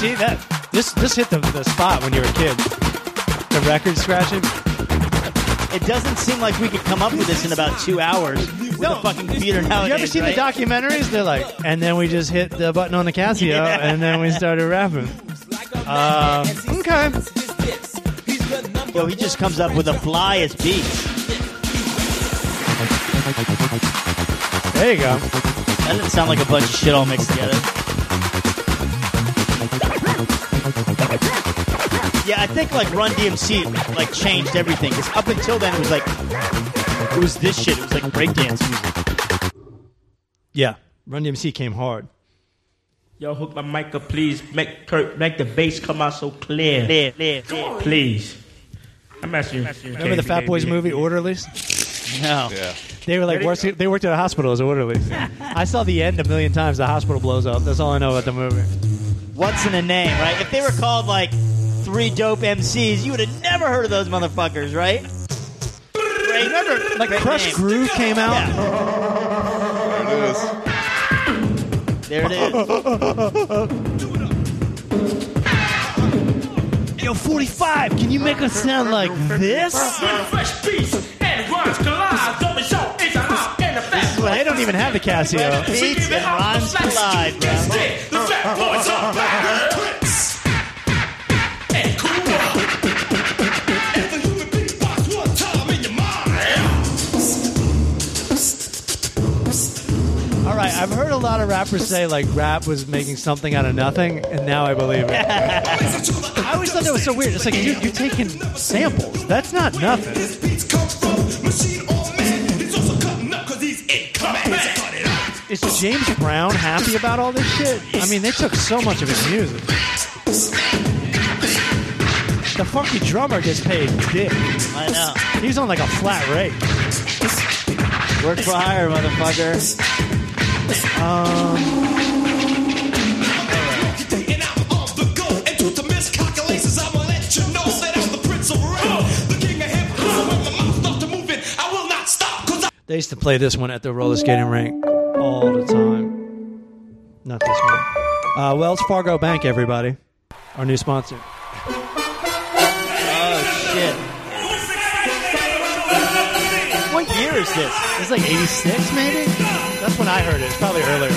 See that this this hit the, the spot when you were a kid. The record scratching.
It doesn't seem like we could come up with this in about two hours with a fucking theater nowadays.
You ever seen
right?
the documentaries? They're like, and then we just hit the button on the Casio, and then we started rapping. Um, okay.
Yo, he just comes up with the flyest beats.
There you go.
That doesn't sound like a bunch of shit all mixed together. Yeah, I think like Run DMC like changed everything. Because up until then it was like it was this shit. It was like breakdance music.
Yeah. Run DMC came hard.
Yo, hook my mic up, please. Make Kurt, make the bass come out so clear. Clear, clear, clear. Please. I'm asking you.
Remember the Fat Boys movie, Orderlies?
No.
Yeah.
They were like worse, they worked at a hospital as orderlies. I saw the end a million times. The hospital blows up. That's all I know about the movie.
What's in a name, right? If they were called like three dope MCs, you would have never heard of those motherfuckers, right? Great,
Like
great
Crush
name.
Groove came out.
Yeah,
There
there it
it is.
is.
Yo, 45. Can you make us sound like this?
Fresh beats and rhymes collide. Don't be sure it's a hop and a fat
Well, they don't even have the Casio.
Beats and rhymes collide, bro.
The fat boys are back. And cool
All right, I've heard a lot of rappers say like rap was making something out of nothing, and now I believe it. I always thought that was so weird. It's like, dude, you're taking samples. That's not nothing. Is James Brown happy about all this shit? I mean, they took so much of his music. The funky drummer gets paid dick.
I know.
He's on like a flat rate.
Work for hire, motherfucker.
They used to play this one at the roller skating rink all the time. Not this one. Uh, Wells Fargo Bank, everybody. Our new sponsor. Oh,
Shit. What year is this?
It's like 86, maybe? That's when I heard it. It's probably earlier.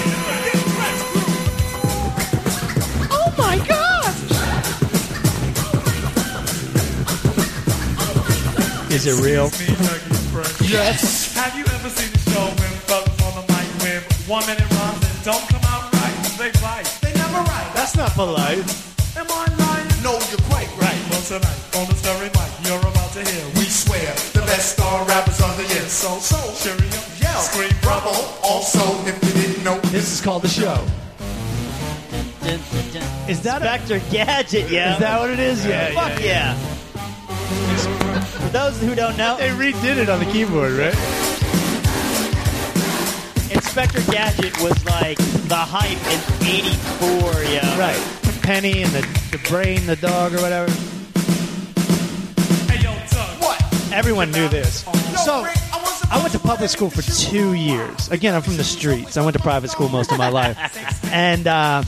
Oh my gosh! Is it real?
Yes. Have you ever seen a show when fellas on the mic with one minute rhymes that don't come out right? They bite. They never write.
That's not polite.
Am I lying? No, you're quite right. Well, tonight on the story mic, you're about to hear. We swear the best star rappers on the year. So, so, cheerio, yell, scream, bravo. Also, if you didn't know,
This is called the show. Is that a,
Inspector Gadget, yeah.
is that what it is? Yeah. yeah.
Fuck yeah. For those who don't know,
They redid it on the keyboard, right?
Inspector Gadget was like the hype in '84, yeah.
Right. Penny and the, the brain, the dog, or whatever.
hey, yo, Doug. What?
Everyone knew this. So,
Rick, I was
I went to public school for two years. Again, I'm from the streets. I went to private school most of my life. And uh,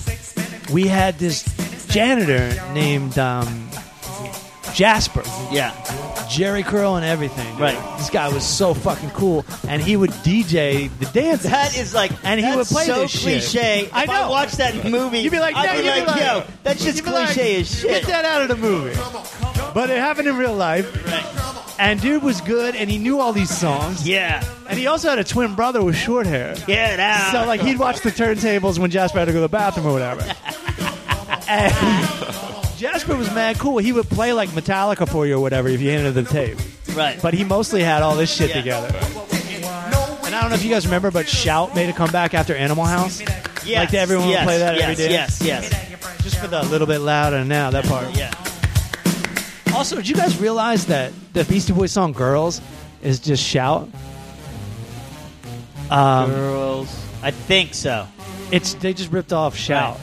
we had this janitor named um, Jasper.
Yeah.
Jerry curl and everything. dude.
Right.
This guy was so fucking cool, and he would DJ the dance.
That is like,
and he
that's
would play
so
this shit.
cliche. If
I know.
I watched that movie.
You'd be like,
I'd be
"Nah, you'd
like,
be
yo,
like-
that's just
you'd be like,
cliche as shit.
Get that out of the movie. But it happened in real life. And dude was good, and he knew all these songs.
Yeah.
And he also had a twin brother with short hair.
Get it out.
So like he'd watch the turntables when Jasper had to go to the bathroom or whatever. and Jasper was mad cool. He would play like Metallica for you or whatever if you handed him the tape.
Right.
But he mostly had all this shit together. And I don't know if you guys remember, but Shout made a comeback after Animal House.
Yes,
Like everyone would
yes,
play that
yes,
every day.
Yes, yes.
Just for the A little bit louder now, that part.
Yeah.
Also, did you guys realize that the Beastie Boys song Girls is just Shout? Um,
Girls. I think so.
It's they just ripped off Shout.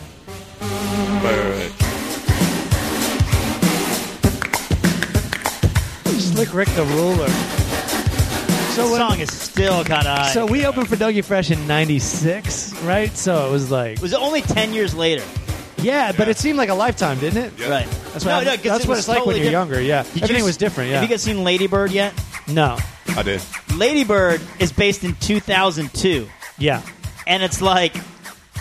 Slick Rick the Ruler.
So the song is still kind of.
So we opened for Dougie Fresh in '96, right? So it was like,
it was only ten years later.
yeah, but it seemed like a lifetime, didn't it?
Right.
That's
No,
what,
no,
happened-
'cause
that's what
it was
it's like
totally
when you're
different.
younger. Yeah,
Did you
everything
s-
was different. Yeah.
Have you guys seen Lady Bird yet?
no.
I did.
Lady Bird is based in 2002.
Yeah.
And it's like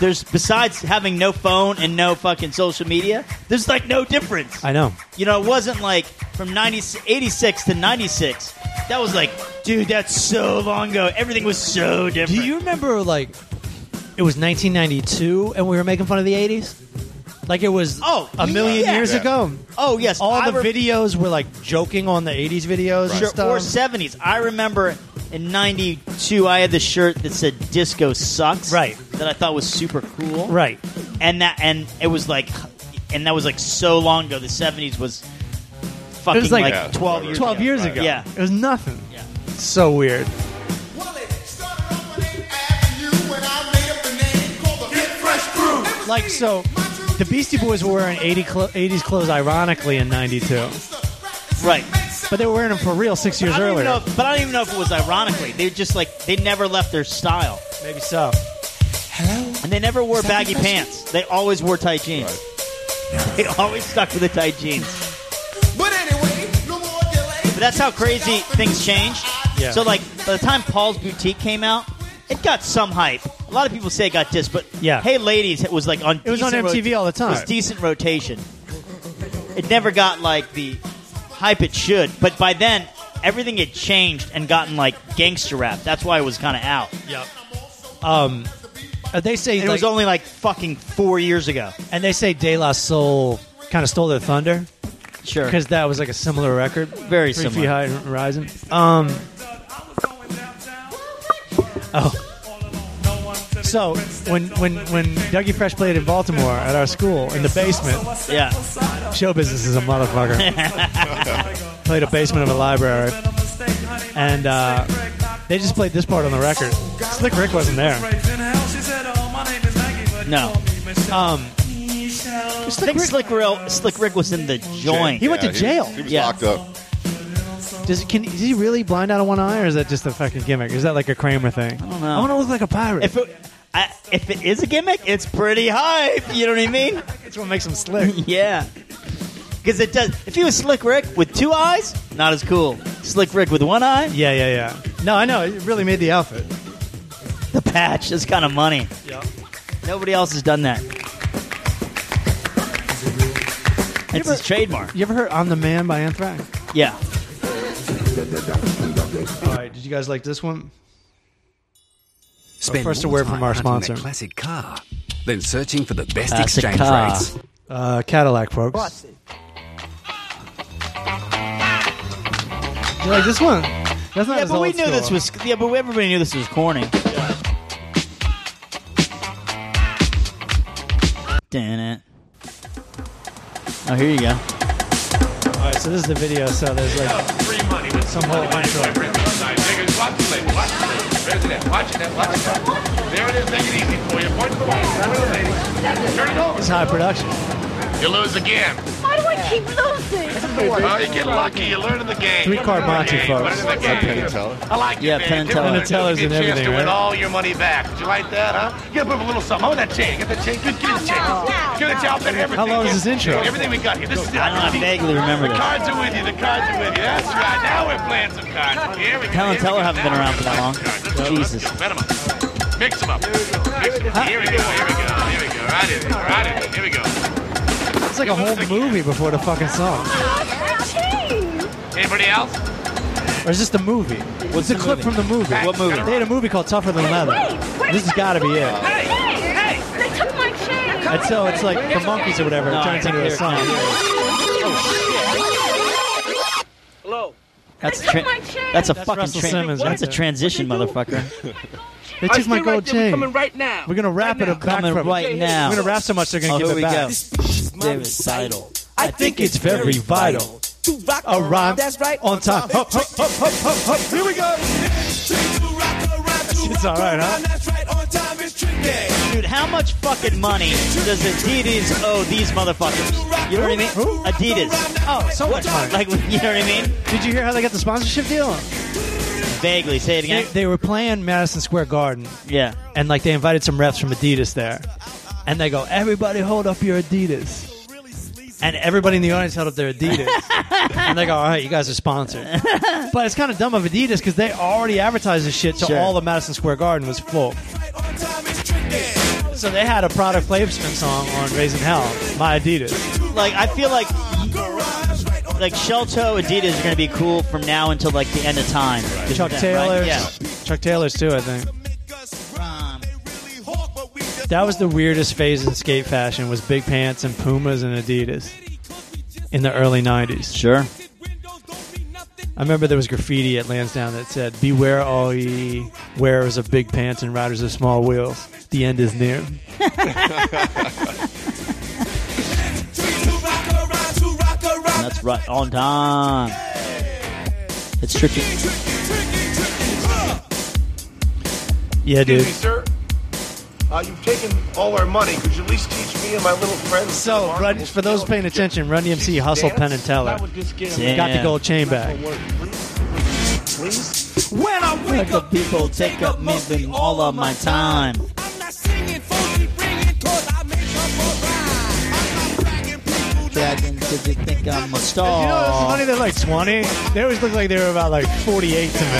there's besides having no phone and no fucking social media, there's like no difference.
I know.
You know, it wasn't like from 90, 86 to 96. That was like, dude, that's so long ago. Everything was so different.
Do you remember like it was 1992 and we were making fun of the 80s? Like it was
Oh,
a million
yeah.
years
Yeah.
ago.
Oh yes,
All
I
the
re-
videos were like joking on the 80s videos and
Sure,
stuff.
or 70s. I remember in 92 I had the shirt that said disco sucks. Right. That I thought was super cool.
Right.
And that and it was like and that was like so long ago. The 70s was fucking
it was like,
12 years
12
ago.
years ago.
Yeah.
It was nothing. So weird. Like, so the Beastie Boys were wearing 80 clo- 80s clothes ironically in 92.
Right.
But they were wearing them for real six years
I don't even
earlier.
know if- but I don't even know if it was ironically. They just like they never left their style.
Maybe so.
And they never wore baggy pants. They always wore tight jeans. They always stuck with the tight jeans. But that's how crazy things changed.
Yeah.
So like by the time Paul's Boutique came out, it got some hype. A lot of people say it got dissed, but
Yeah.
Hey Ladies it was like on
It was on
decent
MTV all the time.
It was decent rotation. It never got like the hype it should, but by then everything had changed and gotten like gangster rap. That's why it was kind of out.
Yep. Um, uh, they say
And it was
like-
only like fucking four years ago.
and they say De La Soul kind of stole their thunder.
Sure.
Because that was like a similar record.
Very
Three
similar.
Feet High and Rising. Um. Oh. So when when when Dougie Fresh played in Baltimore at our school in the basement,
Yeah.
show business is a motherfucker. played a basement of a library, and uh, they just played this part on the record. Slick Rick wasn't there.
"Oh,
No.
Um,
I think Slick, Real, Slick Rick was in the joint.
He went to jail.
Yeah.
Does can is he really blind out of one eye, or is that just a fucking gimmick? Is that like a Kramer thing? I don't know. I want to look like a pirate.
If it, I, if it is a gimmick, it's pretty hype. You know what I mean?
That's what makes him slick.
yeah. Because it does. If he was Slick Rick with two eyes, not as cool. Slick Rick with one eye,
yeah, yeah, yeah. No, I know. It really made the outfit.
the patch is kind of money. Nobody else has done that. It's his trademark.
You ever heard "I'm the Man" by Anthrax?
Yeah.
All right. Did you guys like this one?
Spend
first, a
more
word from
time
our
hunting that
sponsor.
classic car than searching for the best
Classic
exchange
car.
rates.
Uh, Cadillac, folks. You like this one? That's not
Yeah,
as
but we
old
knew this
school.
was. Yeah, but everybody knew this was corny. Damn it. Oh, here you go.
All right. So this is the video. So there's like some whole bunch of.
Turn it over.
It's high production.
You lose again.
Why do I
keep losing.
Oh, you get lucky. You're learning the game.
Three card Monte,
Learning the game,
folks.
learning the
Is that
game.
Penn and Teller?
I like
Yeah,
it, man.
Penn and
Give it-
Teller. Penn and Teller's
give
and
me a chance
everything,
to win
right?
all your money back. Did you like that, huh? Give me a little something. Oh, that chain. Get the chain. Give, give me the chain. Give me the chain. I'll bet everything.
How long is
Give-
this intro?
Everything we got here. This is
I don't- I vaguely remember
The
this.
cards are with you. The cards are with you. That's right. Now we're playing some cards. Here we go.
Helen Teller haven't been around for that long. Jesus.
Bet 'em up. Mix them up. Mix 'em up. Here we go. Here we go. Here we go. Right in. there, Right in. there. Here we go.
It's like a whole movie before the fucking song.
Anybody else?
Or is this the movie? What's the clip from the movie?
What movie?
They had a movie called Tougher Than Leather. This has got to be it.
Hey, they took my chain.
And so it's like the monkeys or whatever.
No,
it turns
I
into a
hear it,
song.
I That's tra- that's a
That's
fucking
Russell
tra-
Simmons right
that's a
there.
transition, motherfucker.
They took my gold chain.
right now.
We're gonna wrap it up back
Coming
from
right now.
We're gonna rap so much they're gonna
Oh,
give
here
it
we
back.
go.
David Seidel. I think it's very vital.
To rock
A rhyme.
That's right.
On time. Hup, hup, hup, hup, hup, hup. Here we go. It's all right, huh?
Dude, how much fucking money does Adidas owe these motherfuckers? You know what I mean? Adidas. Oh, so much money. Like, you know what I mean?
Did you hear how they got the sponsorship deal?
Vaguely. Say it
They,
again.
they were playing Madison Square Garden.
Yeah.
And like they invited some refs from Adidas there, and they go, "Everybody hold up your Adidas." And everybody in the audience held up their Adidas, and they go, "All right, you guys are sponsored." but it's kind of dumb of Adidas because they already advertised this shit, so
Sure.
all the Madison Square Garden was full. So they had a product placement song on "Raising Hell," my Adidas.
Like, I feel like.
Uh,
Like Shelto Adidas are gonna be cool from now until like the end of time. Just
Chuck
that, right?
Taylor's,
Yeah.
Chuck Taylor's too, I think. That was the weirdest phase in skate fashion was big pants and Pumas and Adidas in the early 90s.
Sure.
I remember there was graffiti at Lansdowne that said, Beware all ye wearers of big pants and riders of small wheels. The end is near.
And that's right on time. It's tricky.
Yeah, dude.
Excuse me, sir. Uh, you've taken all our money. Could you at least teach me and my little friends?
So, Run, for those paying attention, Run DMC hustled Penn and Teller. Got the gold chain back.
When I wake up, people take up mostly all of my time. Dragon, cause they think I'm a star.
You know, it's funny they're like 20. They always look like they were about like 48 to me.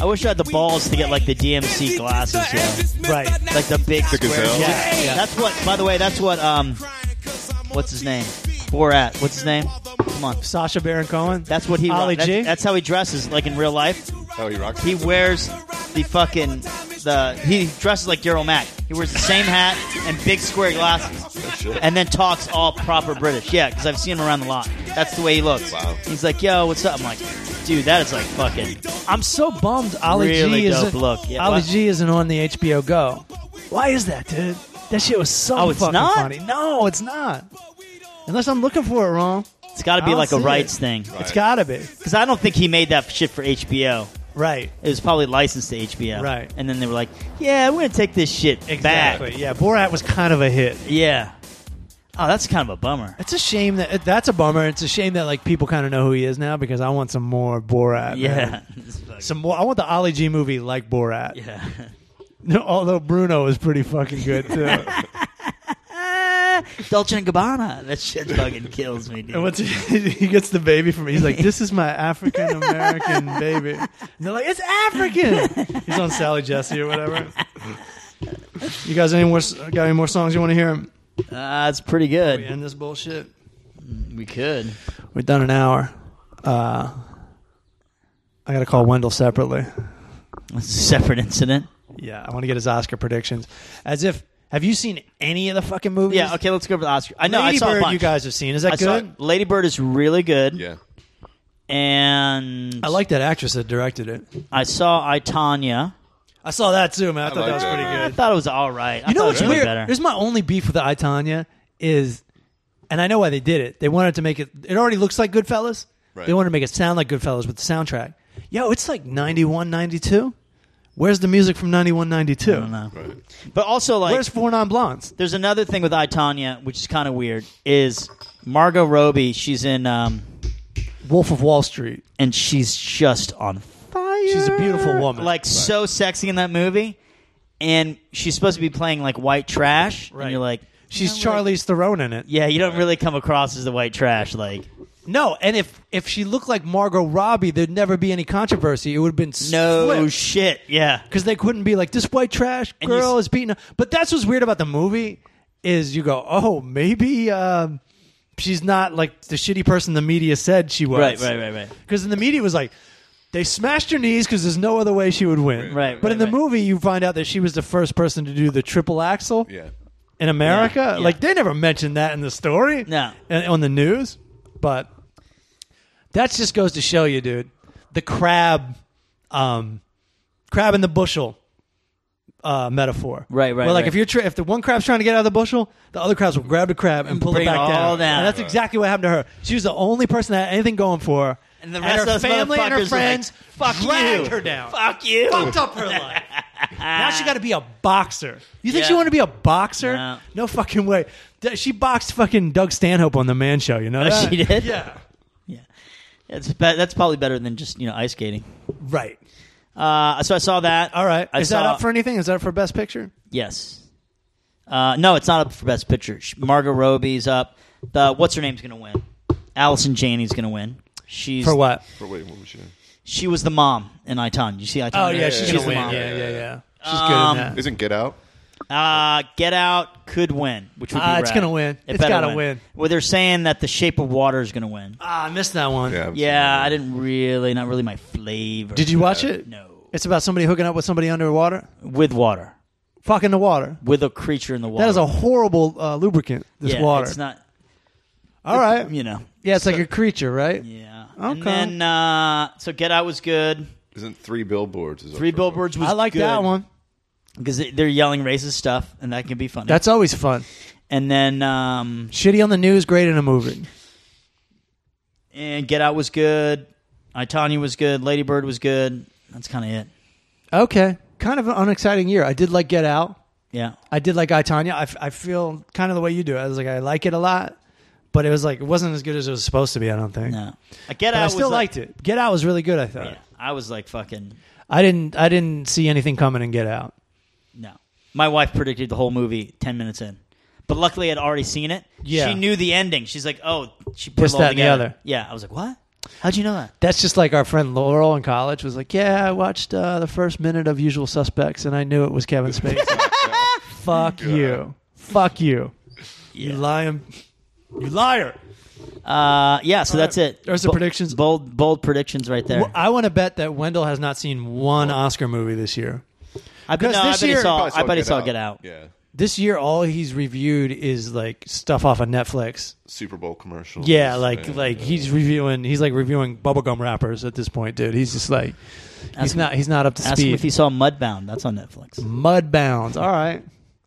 I wish I had the balls to get like the DMC glasses, yeah.
Right.
Like the big
The
square.
gazelles?
Yeah.
Yeah.
That's what by the way, that's what um what's his name? Borat. What's his name? Come on.
Sasha Baron Cohen?
That's what he
Ollie
that's,
G?
that's how he dresses, like in real life.
Oh, he rocks.
He wears the fucking the he dresses like Daryl Mack. He wears the same hat and big square
Oh,
glasses, and then talks all proper British. Yeah, because I've seen him around the lot. That's the way he looks. He's like, "Yo, what's up?" I'm like, "Dude, that is like fucking."
I'm so bummed Ollie
Really
G
dope
isn't
look. Yeah,
Ollie
what?
G isn't on the HBO Go. Why is that, dude? That shit was so
Oh, it's
fucking
not?
funny. No, it's not. Unless I'm looking for it wrong.
It's got to
I
be
don't
like a
see
rights
it.
thing.
It's got to be.
Because I don't think he made that shit for HBO.
Right.
It was probably licensed to HBO.
Right.
And then they were like, "Yeah, we're gonna take this shit
Exactly.
back."
Yeah, Borat was kind of a hit.
Yeah. Oh, that's kind of a bummer.
It's a shame that that's a bummer. It's a shame that like people kind of know who he is now because I want some more Borat.
Yeah.
man. Some more. I want the Ollie G movie like Borat.
Yeah.
No, although Bruno is pretty fucking good too.
Dolce and Gabbana. That shit fucking kills me, dude.
And what's he, he gets the baby from? He's like, "This is my African American baby." And they're like, "It's African." He's on Sally Jesse or whatever. You guys, any more? Got any more songs you want to hear?
Uh, it's pretty good.
We end this bullshit.
We could.
We're done an hour. Uh, I got to call Wendell separately.
It's a separate incident.
Yeah, I want to get his Oscar predictions. As if, have you seen any of the fucking movies?
Yeah. Okay. Let's go over the Oscar. I know. I
Lady
saw a
Bird
bunch.
you guys have seen. Is that
I saw-
good?
Lady Bird is really good.
Yeah.
And
I like that actress that directed it.
I saw I Tanya.
I saw that too, man. I,
I
thought that
like
was
that.
pretty good.
I thought it was all right. I
You know
thought
what's
it was
weird?
Better.
Here's my only beef with the I Tanya is, and I know why they did it. They wanted to make it. It already looks like Goodfellas.
Right.
They wanted to make it sound like Goodfellas with the soundtrack. Yo, it's like 91, 92. Where's the music from 91, 92? I don't
know. But also, like, where's
four non blondes?
There's another thing with I Tanya, which is kind of weird. Is Margot Robbie? She's in um,
Wolf of Wall Street,
and she's just on fire.
She's a beautiful woman.
like so sexy in that movie, and she's supposed to be playing like white trash. And you're like,
She's Charlize Theron in it.
yeah, you don't really come across as the white trash. Like,
No, and if if she looked like Margot Robbie, there'd never be any controversy. It would have been
No shit, yeah,
because they couldn't be like this white trash
And you
girl
s-
is beaten up. But that's what's weird about the movie is you go, oh, maybe um, she's not like the shitty person the media said she was.
Right, right, right, right.
Because in the media it was like. They smashed her knees because there's no other way she would win.
Right,
but in the movie, you find out that she was the first person to do the triple axel.
Yeah.
in America.
Yeah, yeah.
Like they never mentioned that in the story.
No.
and on the news. But that just goes to show you, dude, the crab, um, crab in the bushel. Uh, metaphor,
Right, right,
Well, like
right.
if you're tra- if the one crab's trying to get out of the bushel, the other crabs will grab the crab and pull
Bring
it back
it all down.
And that's
Right.
exactly what happened to her. She was the only person that had anything going for her,
And the rest
her
of us
family and her
motherfuckers were like,
friends
"Fuck
dragged
you.
her down,
Fuck you.
fucked up her life. now she got to be a boxer. You think
Yeah.
she want to be a boxer?
No.
fucking way. D- She boxed fucking Doug Stanhope on the Man Show. You know that?
Oh, she did.
Yeah.
yeah. That's be- that's probably better than just you know ice skating.
Right.
Uh, so I saw that. All right. I
Is
saw,
that up for anything? Is that up for Best Picture?
Yes. Uh, no, it's not up for Best Picture. Sh- Margot Robbie's up. The what's her name's going to win? Allison Janney's going to win. She's
For what?
For wait, what was she? in?
She was the mom in I Tonya. You see, I
Oh
Tonya?
yeah, she's
the
gonna win.
mom.
Yeah, yeah, yeah. She's
Um,
good in that.
Isn't Get Out?
Uh, Get Out could win, which would be
Ah, it's
rad.
gonna win.
It
It's
better
gotta win.
Well, they're saying that The Shape of Water is going to win.
Ah, I missed that one.
Yeah.
yeah, I didn't really, not really my flavor.
Did you watch it?
No.
It's about somebody hooking up with somebody underwater,
With water,
fucking the water.
with a creature in the water.
That is a horrible uh, lubricant. This
yeah,
water.
It's not.
All right.
You know.
Yeah, it's like a creature, right?
Yeah.
Okay.
And then, uh, so Get Out was good.
Isn't Three Billboards? Is up
Three
for-
Billboards was
I like that one.
because they're yelling racist stuff, and that can be funny.
That's always fun.
and then um,
Shitty on the news, great in a movie.
and Get Out was good. I Tonya was good. Lady Bird was good. That's kind of it.
Okay. Kind of an unexciting year. I did like Get Out.
Yeah.
I did like I Tanya. I, f- I feel kind of the way you do. I was like, I like it a lot, but it was like it wasn't as good as it was supposed to be. I don't think.
No. Uh, Get
But
Out.
I still
was
liked
like,
it. Get Out was really good. I thought.
Yeah, I was like fucking
I didn't. I didn't see anything coming in Get Out.
no. My wife predicted the whole movie ten minutes in, but luckily I'd already seen it.
Yeah.
She knew the ending. She's like, oh, she put
This,
it all
that, and the
together.
other.
Yeah. I was like, what? How'd you know that?
That's just like our friend Laurel in college was like, yeah, I watched uh, the first minute of Usual Suspects and I knew it was Kevin Spacey. Fuck you. Fuck you. You lying. You liar.
Uh, yeah. So that's it.
There's the predictions.
Bold, bold predictions right there.
Well, I want to bet that Wendell has not seen one Oscar movie this year.
I bet,
'Cause
no, I
this
bet he
year-
saw.
Probably
I bet he saw
Out.
Get Out.
Yeah.
This year, all he's reviewed is like stuff off of Netflix.
Super Bowl commercial.
Yeah, like like he's reviewing. He's like reviewing bubblegum wrappers at this point, dude. He's just like he's
him-
not he's not up to
Ask him if
speed.
he saw Mudbound. That's on Netflix.
Mud bounds. All right.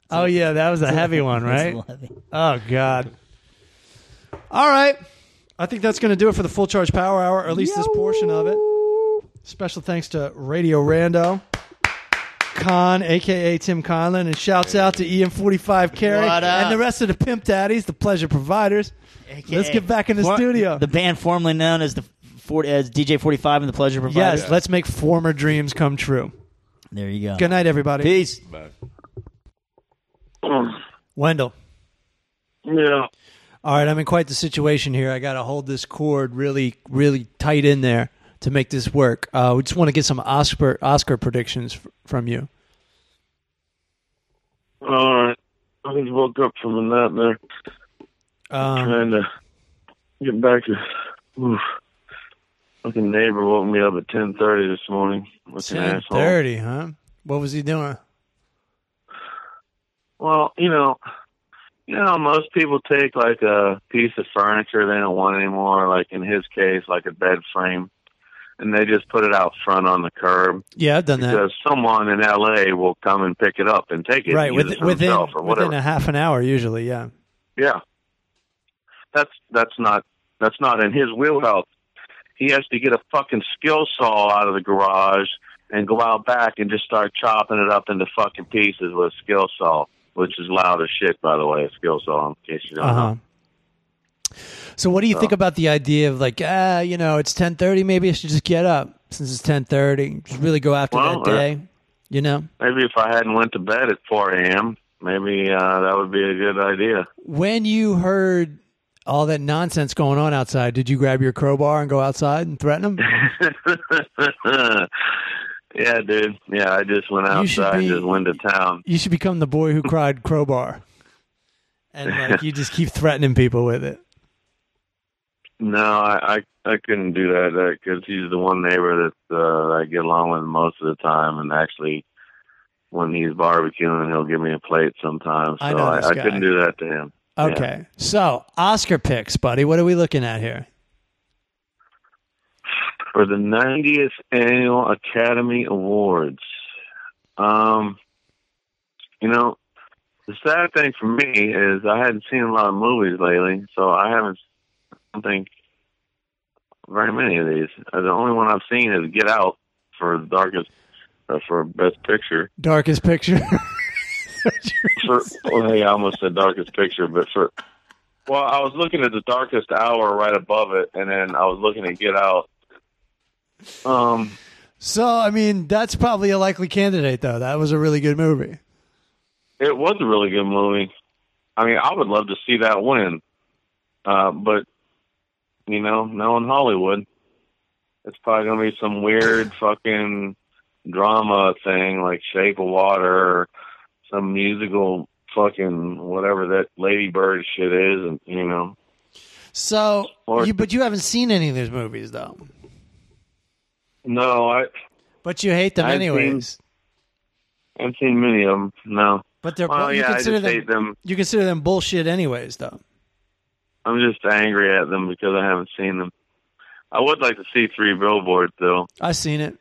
Oh yeah, that was a heavy one,
That's a
right?
little heavy.
Oh god. All right. I think that's going to do it for the full charge power hour, or at least this portion of it. Special thanks to Radio Rando, Con, aka Tim Conlon, and shouts out to EM45 Carey
What up?
and the rest of the Pimp Daddies, the pleasure providers. Let's get back in the
For-
studio.
The band formerly known as the 40, as DJ Forty Five and the Pleasure Providers.
yes, let's make former dreams come true.
There you go.
Good night, everybody.
Peace.
Wendell.
Yeah.
All right, I'm in quite the situation here. I got to hold this cord really, really tight in there to make this work. Uh, we just want to get some Oscar Oscar predictions f- from you.
All right. I just woke up from a nap there,
Um,
trying to get back to. Oof. Fucking neighbor woke me up at ten thirty this morning. What's an asshole?
10:30, huh? What was he doing?
Well, you know, you know, most people take like a piece of furniture they don't want anymore, like in his case, like a bed frame, and they just put it out front on the curb
Yeah, I've done that.
because someone in L.A. will come and pick it up and take it,
Right,
and
with,
use it for
within
himself or whatever.
within a half an hour usually. Yeah,
yeah, that's that's not that's not in his wheelhouse. He has to get a fucking skill saw out of the garage and go out back and just start chopping it up into fucking pieces with a skill saw, which is loud as shit, by the way, a skill saw, in case you don't
Uh
know.
huh. Uh-huh. So what do you think about the idea of like, ah, you know, it's ten thirty. Maybe I should just get up since it's ten thirty. Just really go after
Well,
that
uh,
day. You know,
Maybe if I hadn't went to bed at 4 a.m., maybe uh, that would be a good idea.
when you heard all that nonsense going on outside, did you grab your crowbar and go outside and threaten them?
yeah, dude. Yeah, I just went
You should
outside,
be-
just went to town.
you should become the boy who cried crowbar, and like you just keep threatening people with it.
No, I, I I couldn't do that because he's the one neighbor that uh, I get along with most of the time, and actually, when he's barbecuing, he'll give me a plate sometimes. So
I
I,
know this
I,
guy.
couldn't do that to him. Yeah.
Okay, so Oscar picks, buddy. What are we looking at here?
for the 90th annual Academy Awards. Um, you know, the sad thing for me is I hadn't seen a lot of movies lately, so I haven't. I don't think very many of these. Uh, The only one I've seen is Get Out for darkest uh, for best picture.
Darkest picture.
For, well, yeah, I almost said darkest picture, but for well, I was looking at the darkest hour right above it, and then I was looking at Get Out. Um,
so I mean, that's probably a likely candidate, though. That was a really good movie.
It was a really good movie. I mean, I would love to see that win, uh, but you know, now in Hollywood, it's probably going to be some weird fucking drama thing like Shape of Water or some musical fucking whatever that Ladybird shit is, and you know,
So,
Or-
you, but you haven't seen any of those movies, though.
no, I
But you hate them
I've
anyways.
Seen, I've seen many of them. No,
but they're
well,
you
yeah, I
consider
just hate them.
You consider them bullshit, anyways, though.
I'm just angry at them because I haven't seen them. I would like to see Three Billboards though.
I've seen it.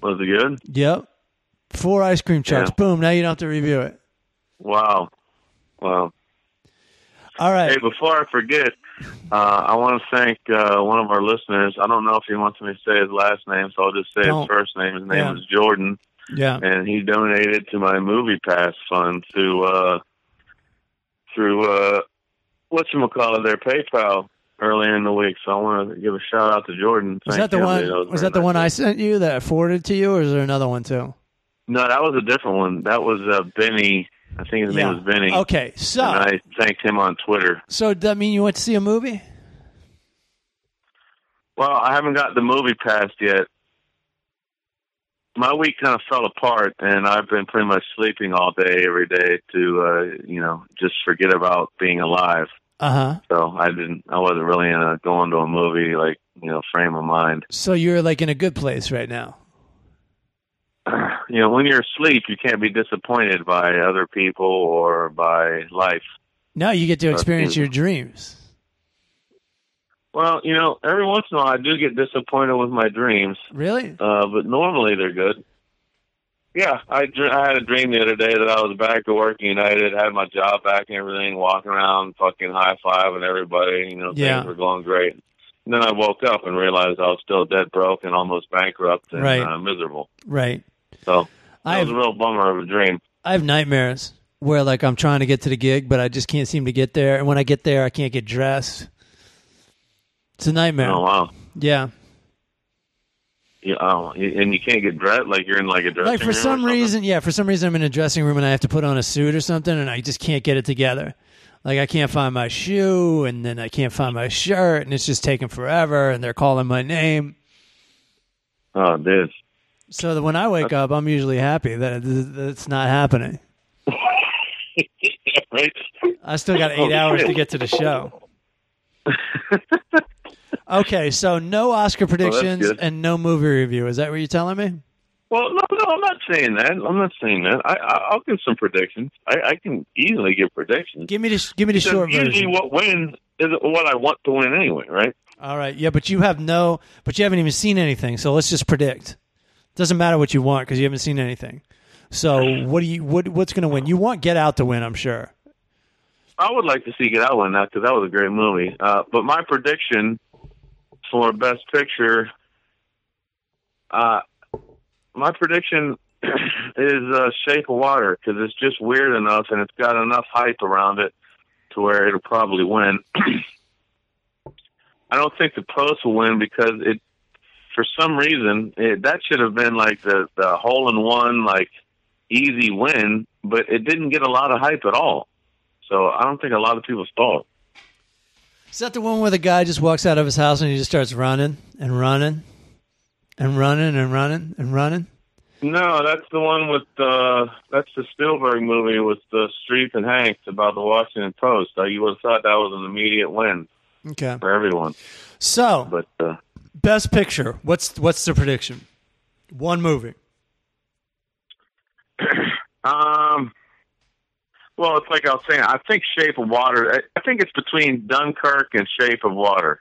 Was it good?
Yep. Four ice cream trucks.
Yeah.
Boom. Now you don't have to review it.
Wow. Wow.
All right.
Hey, before I forget, uh, I want to thank uh, one of our listeners. I don't know if he wants me to say his last name, so I'll just say
Don't.
his first name. His name
Yeah.
is Jordan,
Yeah.
and he donated to my Movie Pass fund through uh, through uh, what you call it, their PayPal earlier in the week. So I want to give a shout out to Jordan.
Was
Thank
that the
him.
one?
That
Was
very
that the
nice.
one I sent you that I forwarded to you, or is there another one too?
No, that was a different one. That was uh, Benny. I think his
Yeah.
name was Benny.
Okay, so-
and I thanked him on Twitter.
So does that mean you went to see a movie?
Well, I haven't got the movie passed yet. My week kind of fell apart, and I've been pretty much sleeping all day every day to, uh, you know, just forget about being alive.
Uh huh.
So I didn't, I wasn't really in a going to a movie like, you know, frame of mind.
So you're like in a good place right now.
You know, when you're asleep, you can't be disappointed by other people or by life.
Now you get to
That's
experience
good.
your dreams.
Well, you know, every once in a while I do get disappointed with my dreams.
Really?
Uh, but normally they're good. Yeah, I, dr- I had a dream the other day that I was back at work at United, had my job back and everything, walking around, fucking high five and everybody. You know,
Yeah.
things were going great. And then I woke up and realized I was still dead broke and almost bankrupt and
Right.
uh, miserable.
Right.
So that
I've-
was a real bummer of a dream.
I have nightmares where like I'm trying to get to the gig, but I just can't seem to get there. And when I get there, I can't get dressed. It's a nightmare.
Oh wow!
Yeah.
Yeah, oh, and you can't get dressed like you're in like a dressing
Like for
room or
some
something?
reason, yeah, for some reason I'm in a dressing room and I have to put on a suit or something, and I just can't get it together. Like I can't find my shoe, and then I can't find my shirt, and it's just taking forever, and they're calling my name.
Oh, dude.
So that when I wake up, I'm usually happy that it- that it's not happening. I still got eight
Oh,
hours
shit.
to get to the show. okay, so no Oscar predictions
good.
and no movie review. Is that what you're telling me?
Well, no, no, I'm not saying that. I'm not saying that. I, I I'll give some predictions. I, I can easily give predictions.
Give me the give me the
Because
short
usually
version.
what wins is what I want to win anyway, right?
All right, yeah, but you have no, but you haven't even seen anything. So let's just predict. Doesn't matter what you want because you haven't seen anything. So what do you what what's going to win? You want Get Out to win, I'm sure.
I would like to see Get Out win that because that was a great movie. Uh, but my prediction for Best Picture, uh, my prediction is uh, Shape of Water because it's just weird enough and it's got enough hype around it to where it'll probably win. I don't think the post will win because it, for some reason, it, that should have been like the the hole in one, like easy win, but it didn't get a lot of hype at all. So I don't think a lot of people saw it.
Is that the one where the guy just walks out of his house and he just starts running and running and running and running and running?
No, that's the one with uh that's the Spielberg movie with the Streep and Hanks about the Washington Post. Uh, you would have thought that was an immediate win
Okay.
for everyone.
So,
but uh,
best picture. What's what's the prediction? One movie.
um, well, it's like I was saying. I think Shape of Water. I, I think it's between Dunkirk and Shape of Water.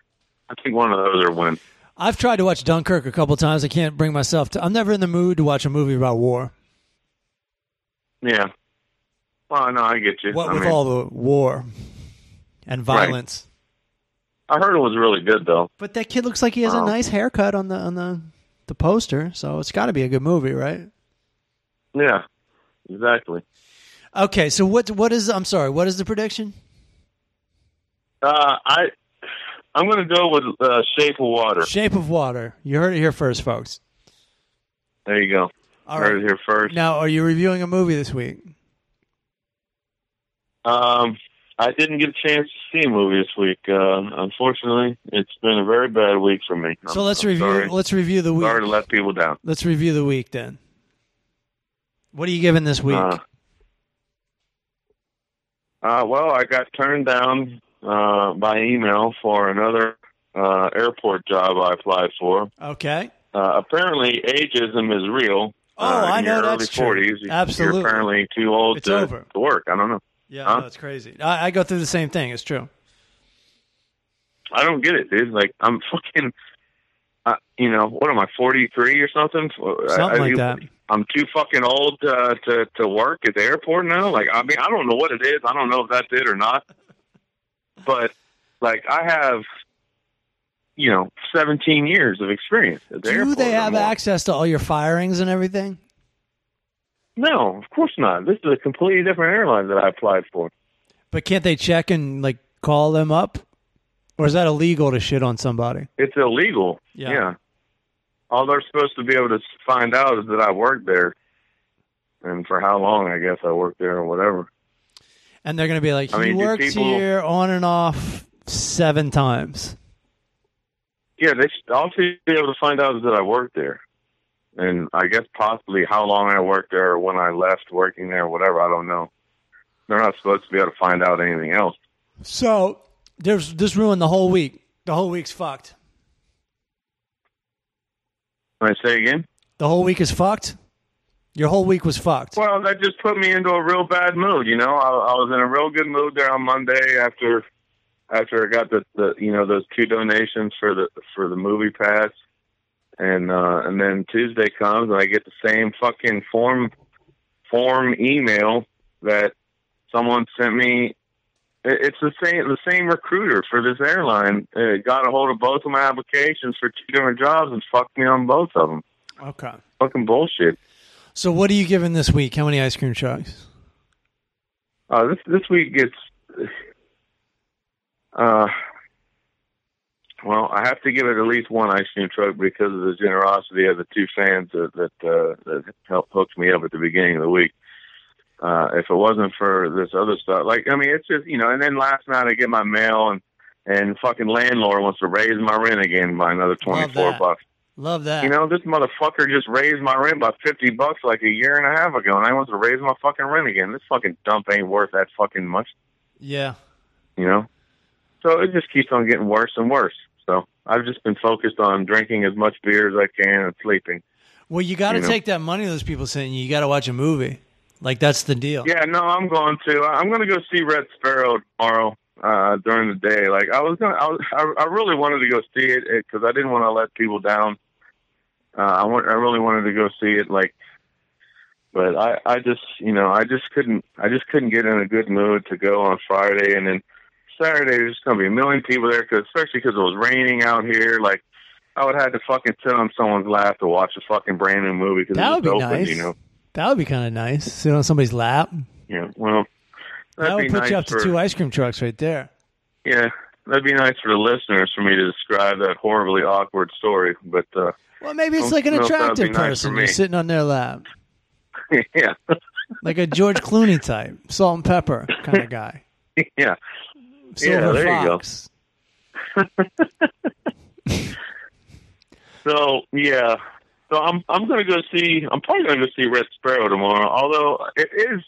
I think one of those will win.
I've tried to watch Dunkirk a couple times. I can't bring myself to. I'm never in the mood to watch a movie about war.
Yeah. Well, no, I get you.
What
I
with
mean,
all the war and
Right.
violence.
I heard it was really good though.
But that kid looks like he has a
Um,
nice haircut on the on the the poster, so it's got to be a good movie, right?
Yeah, exactly.
Okay, so what what is I'm sorry, what is the prediction?
Uh, I I'm going to go with uh, Shape of Water.
Shape of Water. You heard it here first, folks.
There you go.
All
Heard
right.
it here first.
Now, are you reviewing a movie this week?
Um, I didn't get a chance to see a movie this week. Uh, unfortunately, it's been a very bad week for me.
So
I'm-
let's
I'm
review
Sorry.
let's review the week.
sorry to let people down.
Let's review the week then. What are you giving this week?
Uh, Uh, well, I got turned down uh, by email for another uh, airport job I applied for.
okay.
Uh, apparently, ageism is real.
Oh,
uh, in
I know
your
that's
early
true.
40s, You're
Absolutely.
apparently too old
It's
to,
over.
to work. I don't know.
Yeah,
Huh?
no, it's crazy. I, I go through the same thing. It's true.
I don't get it, dude. Like I'm fucking, uh, you know, what am I, forty three or something? Something I,
Something like that.
I'm too fucking old to, to to work at the airport now. Like I mean, I don't know what it is. I don't know if that's it or not. But like I have, you know, seventeen years of experience at the
Do
airport.
they
or
have
more.
access to all your firings and everything?
No, of course not. This is a completely different airline that I applied for.
But can't they check and like call them up? Or is that illegal to shit on somebody?
It's illegal. Yeah. All they're supposed to be able to find out is that I worked there and for how long I guess I worked there or whatever.
And they're going to be like, he
I mean, do
worked
people-
here on and off seven times.
Yeah, they should all should be able to find out is that I worked there. And I guess possibly how long I worked there or when I left working there or whatever, I don't know. They're not supposed to be able to find out anything else.
So there's this ruined the whole week. The whole week's fucked.
Can I say again?
The whole week is fucked. Your whole week was fucked.
Well, that just put me into a real bad mood. You know, I, I was in a real good mood there on Monday after after I got the, the you know those two donations for the for the movie pass, and uh, and then Tuesday comes and I get the same fucking form form email that someone sent me. It- It's the same the same recruiter for this airline uh, got a hold of both of my applications for two different jobs and fucked me on both of them.
Okay.
Fucking bullshit.
So what are you giving this week? How many ice cream trucks?
Uh, this this week it's uh, well, I have to give it at least one ice cream truck because of the generosity of the two fans that that, uh, that helped hook me up at the beginning of the week. Uh, if it wasn't for this other stuff, like I mean, it's just you know. And then last night I get my mail and and fucking landlord wants to raise my rent again by another twenty four
that.
bucks.
Love that.
You know, this motherfucker just raised my rent by fifty bucks like a year and a half ago, and I want to raise my fucking rent again. This fucking dump ain't worth that fucking much,
yeah.
you know. So it just keeps on getting worse and worse. So I've just been focused on drinking as much beer as I can and sleeping.
Well, you got to
You know.
take that money those people sent you. You got to watch a movie. Like that's the deal.
Yeah, no, I'm going to. I'm going to go see Red Sparrow tomorrow uh, during the day. Like I was going, to I, was- I I really wanted to go see it because I didn't want to let people down. Uh, I want, I really wanted to go see it. Like, but I, I just, you know, I just couldn't, I just couldn't get in a good mood to go on Friday and then Saturday. There's going to be a million people there, cause, especially because it was raining out here. Like, I would have to fucking sit on someone's lap to watch a fucking brand new movie because
That
it's
would be
open,
nice.
you know.
That would be kind of nice. Sit on somebody's lap.
Yeah, well, that'd
that would
be
put
nice
you up to
for,
two ice cream trucks right there.
Yeah, that'd be nice for the listeners for me to describe that horribly awkward story, but uh,
Well, maybe it's
don't
like an
know if that'd
attractive
be nice for
person
me.
who's sitting on their lap,
yeah,
like a George Clooney type, salt and pepper kind of guy.
yeah, yeah.
Silver
There
fox.
you go. So yeah, so I'm I'm gonna go see. I'm probably gonna go see Red Sparrow tomorrow. Although it is,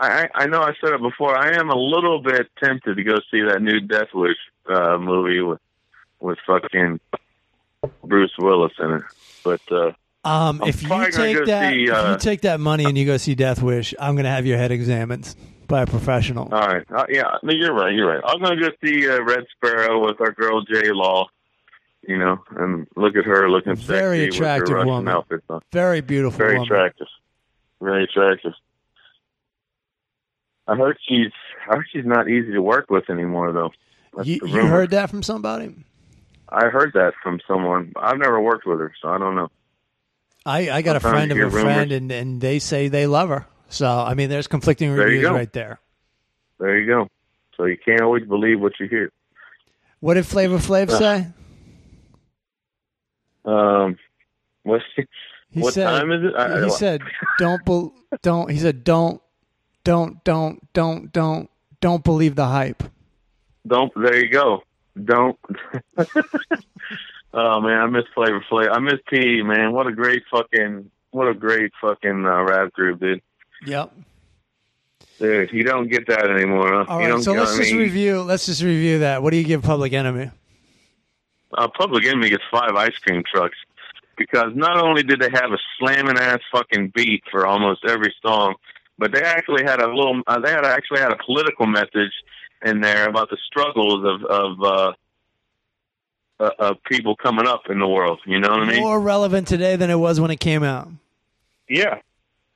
I I I know I said it before. I am a little bit tempted to go see that new Death Wish uh, movie with with fucking Bruce Willis in it, but. uh
Um,
I'm
if you
probably gonna
take
go
that,
see,
if
uh,
you take that money and you go see Death Wish, I'm gonna have your head examined by a professional.
All right. Uh, yeah, no, you're right. You're right. I'm going to go see uh, Red Sparrow with our girl J Law, you know, and look at her looking
Very
sexy
attractive
with her Russian
woman.
outfit on.
Very beautiful
Very
woman.
attractive. Very attractive. I heard she's I heard she's not easy to work with anymore though. That's
You,
the
you
rumor.
heard that from somebody?
I heard that from someone. I've never worked with her, so I don't know.
I, I got a
Sometimes
friend
you
of
hear
a friend, and, and they say they love her. So I mean, there's conflicting
There you
reviews
go.
right there.
There you go. So you can't always believe what you hear.
What did Flavor Flav
Uh,
say?
Um what's
He
what
said,
time is it? I-
he
I-
said, "Don't, bel don't." He said, "Don't, don't, don't, don't, don't, don't believe the hype."
Don't. There you go. Don't. oh man, I miss Flavor Flav. I miss P. Man, what a great fucking, what a great fucking uh, rap group, dude.
Yep.
Dude, you don't get that anymore. Huh?
All
you
right.
don't
So
get,
let's
I
just
mean,
review. Let's just review that. What do you give Public Enemy?
uh, Public Enemy gets five ice cream trucks because not only did they have a slamming ass fucking beat for almost every song, but they actually had a little. Uh, they had actually had a political message in there about the struggles of of uh, uh, of people coming up in the world. You know what I mean?
More relevant today than it was when it came out.
Yeah.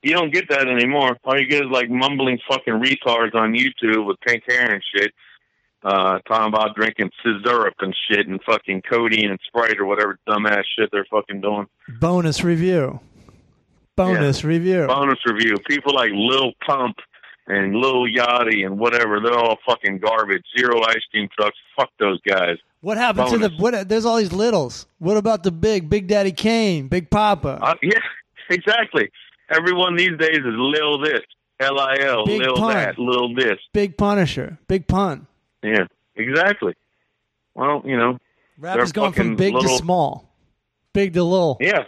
You don't get that anymore. All you get is like mumbling fucking retards on YouTube with pink hair and shit, uh, talking about drinking syrup and shit and fucking codeine and Sprite or whatever dumbass shit they're fucking doing.
Bonus review. Bonus review.
Bonus review. People like Lil Pump and Lil Yachty and whatever, they're all fucking garbage. Zero ice cream trucks. Fuck those guys.
What happened to the? What, there's all these littles. What about the big? Big Daddy Kane. Big Papa.
Uh, yeah, exactly. Everyone these days is Lil this, L-I-L,
Big
Lil
pun.
that, Lil this.
big Punisher. Big Pun.
Yeah, exactly. Well, you know,
Rap
they're
is going from
fucking
big
little-
to small. Big to little.
Yeah,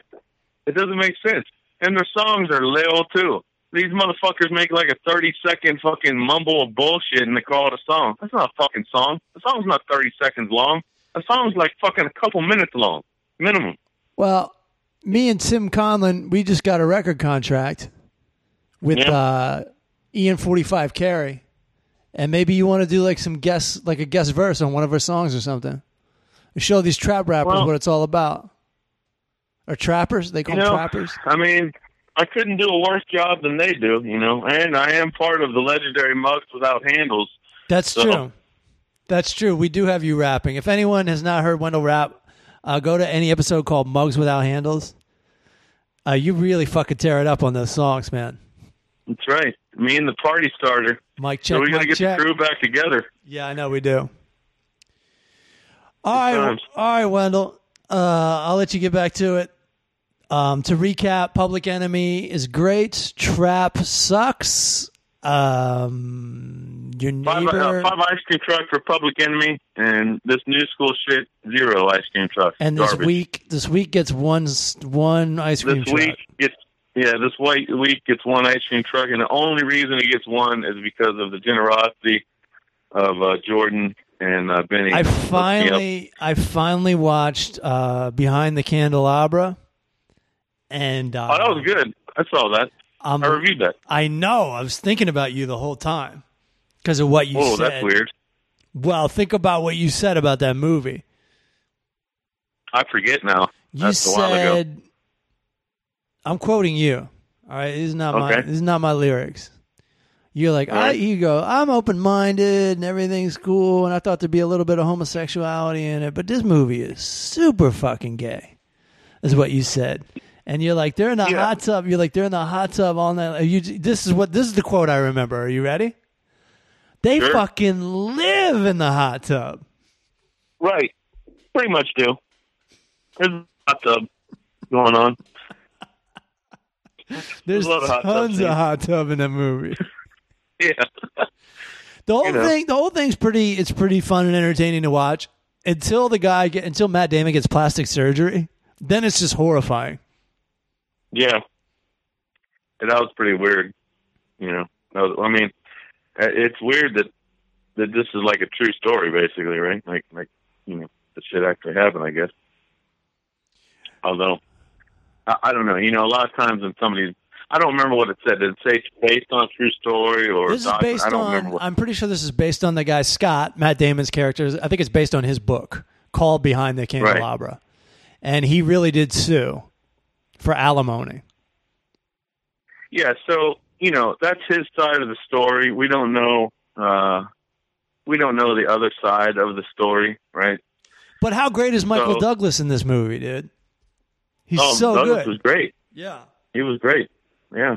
it doesn't make sense, and their songs are little too. These motherfuckers make like a thirty-second fucking mumble of bullshit, and they call it a song. That's not a fucking song. The song's not thirty seconds long. A song's like fucking a couple minutes long, minimum.
Well, me and Tim Conlon, we just got a record contract with
Yeah.
uh, Ian Forty Five Carey, and maybe you want to do like some guest, like a guest verse on one of her songs or something. Show these trap rappers
Well-
what it's all about. Or trappers? They call
you
them
know,
trappers.
I mean, I couldn't do a worse job than they do, you know. And I am part of the legendary Mugs Without Handles.
That's
so-
true. That's true. We do have you rapping. If anyone has not heard Wendell rap, uh, go to any episode called "Mugs Without Handles." Uh, you really fucking tear it up on those songs, man.
That's right. Me and the party starter.
Mike,
So
check,
we're gonna
mic
get
check.
the crew back together.
Yeah, I know we do. All right,
times.
all right, Wendell. Uh, I'll let you get back to it. Um, to recap, Public Enemy is great. Trap sucks. Um, your
Five, uh,
neighbor
five ice cream truck for Public Enemy, and this new school shit zero ice cream truck.
and this
Garbage.
week, this week gets one s- one ice
this
cream truck.
week gets yeah, this white week gets one ice cream truck, and the only reason it gets one is because of the generosity of uh, Jordan and uh, Benny.
I
Hooked me up.
finally, I finally watched uh, Behind the Candelabra, and uh,
Oh, that was good. I saw that.
Um,
I reviewed that.
I know I was thinking about you the whole time because of what you
Whoa,
said.
Oh, that's weird.
Well, think about what you said about that movie.
I forget now.
You
that's a while ago.
said, "I'm quoting you. All right, this is not my
Okay.
this is not my lyrics. You're like, I, you go, I'm open minded and everything's cool, and I thought there'd be a little bit of homosexuality in it, but this movie is super fucking gay, is what you said. And you're like, they're in the hot tub. You're like, they're in the hot tub all night. You, this is what this is the quote I remember. Are you ready? They
Sure.
fucking live in the hot tub.
Right. Pretty much do. There's a hot tub going on.
There's
a lot of hot tub
tons of
scenes.
hot tub in that movie.
Yeah.
The whole
You know.
thing, the whole thing's pretty. It's pretty fun and entertaining to watch until the guy get until Matt Damon gets plastic surgery. Then it's just horrifying.
Yeah. And that was pretty weird. You know, that was, I mean, uh, it's weird that that this is like a true story, basically, right? Like, like you know, the shit actually happened, I guess. Although, I, I don't know. You know, a lot of times in some of these, I don't remember what it said. Did it say based on a true story or
This is
doc-
based
I don't
on.
remember what.
I'm pretty sure this is based on the guy Scott, Matt Damon's character. I think it's based on his book called Behind the Candelabra, and he really did sue for alimony.
Yeah, so you know that's his side of the story. We don't know. uh We don't know the other side of the story, right?
But how great is Michael
So-
Douglas in this movie, dude? He's
oh,
so
Douglas
good.
was great.
Yeah.
He was great. Yeah.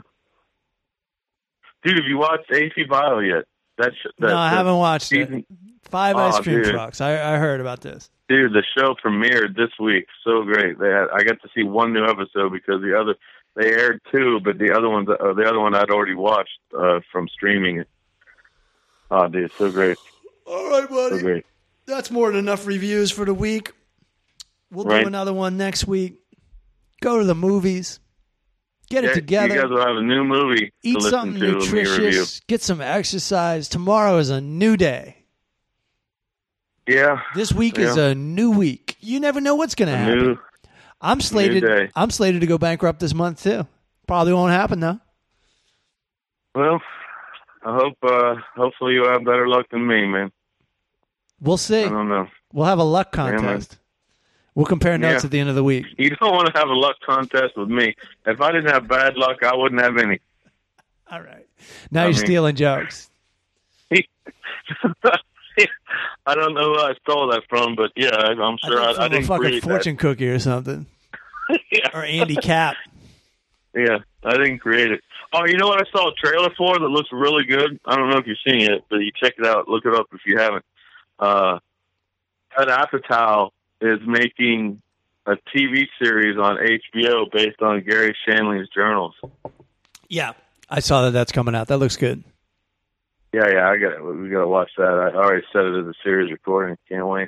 Dude, have you watched AP Bio yet? That's that,
no, I
that
haven't watched
season-
it. Five
Aw,
ice cream
dude.
trucks. I, I heard about this.
Dude, the show premiered this week. So great. They had, I got to see one new episode because the other they aired two, but the other ones uh, the other one I'd already watched uh, from streaming. Oh, dude, so great.
All right,
So
buddy.
great.
That's more than enough reviews for the week. We'll
Right.
do another one next week. Go to the movies. Get it
Yeah,
together.
You guys will have a new movie to
Eat
listen
something
to and me review.
nutritious. Get some exercise. Tomorrow is a new day.
Yeah.
This week is
yeah.
a new week. You never know what's going to
A
happen.
new-
I'm slated.
day.
I'm slated to go bankrupt this month too. Probably won't happen though.
well, I hope uh hopefully you have better luck than me, man.
We'll see.
I don't know.
We'll have a luck
Yeah, man.
contest. we'll compare notes
Yeah.
at the end of the week.
You don't want to have a luck contest with me. If I didn't have bad luck, I wouldn't have any.
All right. Now
I
you're
mean-
stealing jokes.
I don't know who I stole that from, but yeah, I- I'm sure I,
From
I,
a
didn't
fucking
create
fortune cookie or something.
that. yeah.
Or Andy Cap.
Yeah, I didn't create it. Oh, you know what I saw a trailer for that looks really good? I don't know if you've seen it, but you check it out. Look it up if you haven't. Uh, Ted Apatow is making a TV series on HBO based on Gary Shanley's journals.
Yeah. I saw that that's coming out. That looks good.
Yeah, yeah, I got we got to watch that. I already said it as a series recording. Can't wait.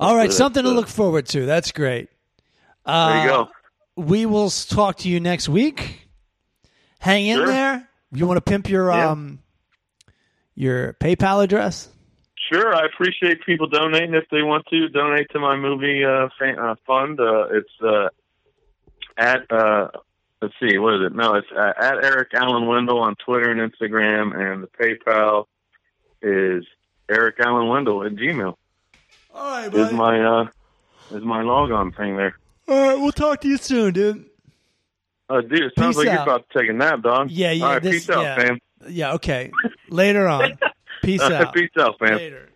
All right.
good.
Something to look forward to. That's great. Uh,
There you go.
We will s- talk to you next week. Hang in
Sure.
there. You want to pimp your
Yeah.
um your PayPal address?
Sure, I appreciate people donating if they want to donate to my movie uh, fan, uh, fund. Uh, it's uh, at uh, let's see, what is it? No, it's uh, at Eric Allen Wendell on Twitter and Instagram, and the PayPal is Eric Allen Wendell at Gmail.
All right,
Is my uh, is my logon thing there?
All right. We'll talk to you soon, dude.
Oh, dude, it sounds
Peace
like
out.
you're about to take a nap, dog.
Yeah, yeah.
All right,
this,
peace out,
yeah.
fam.
Yeah, okay. Later on. Peace
All right,
out.
peace out, fam.
Later.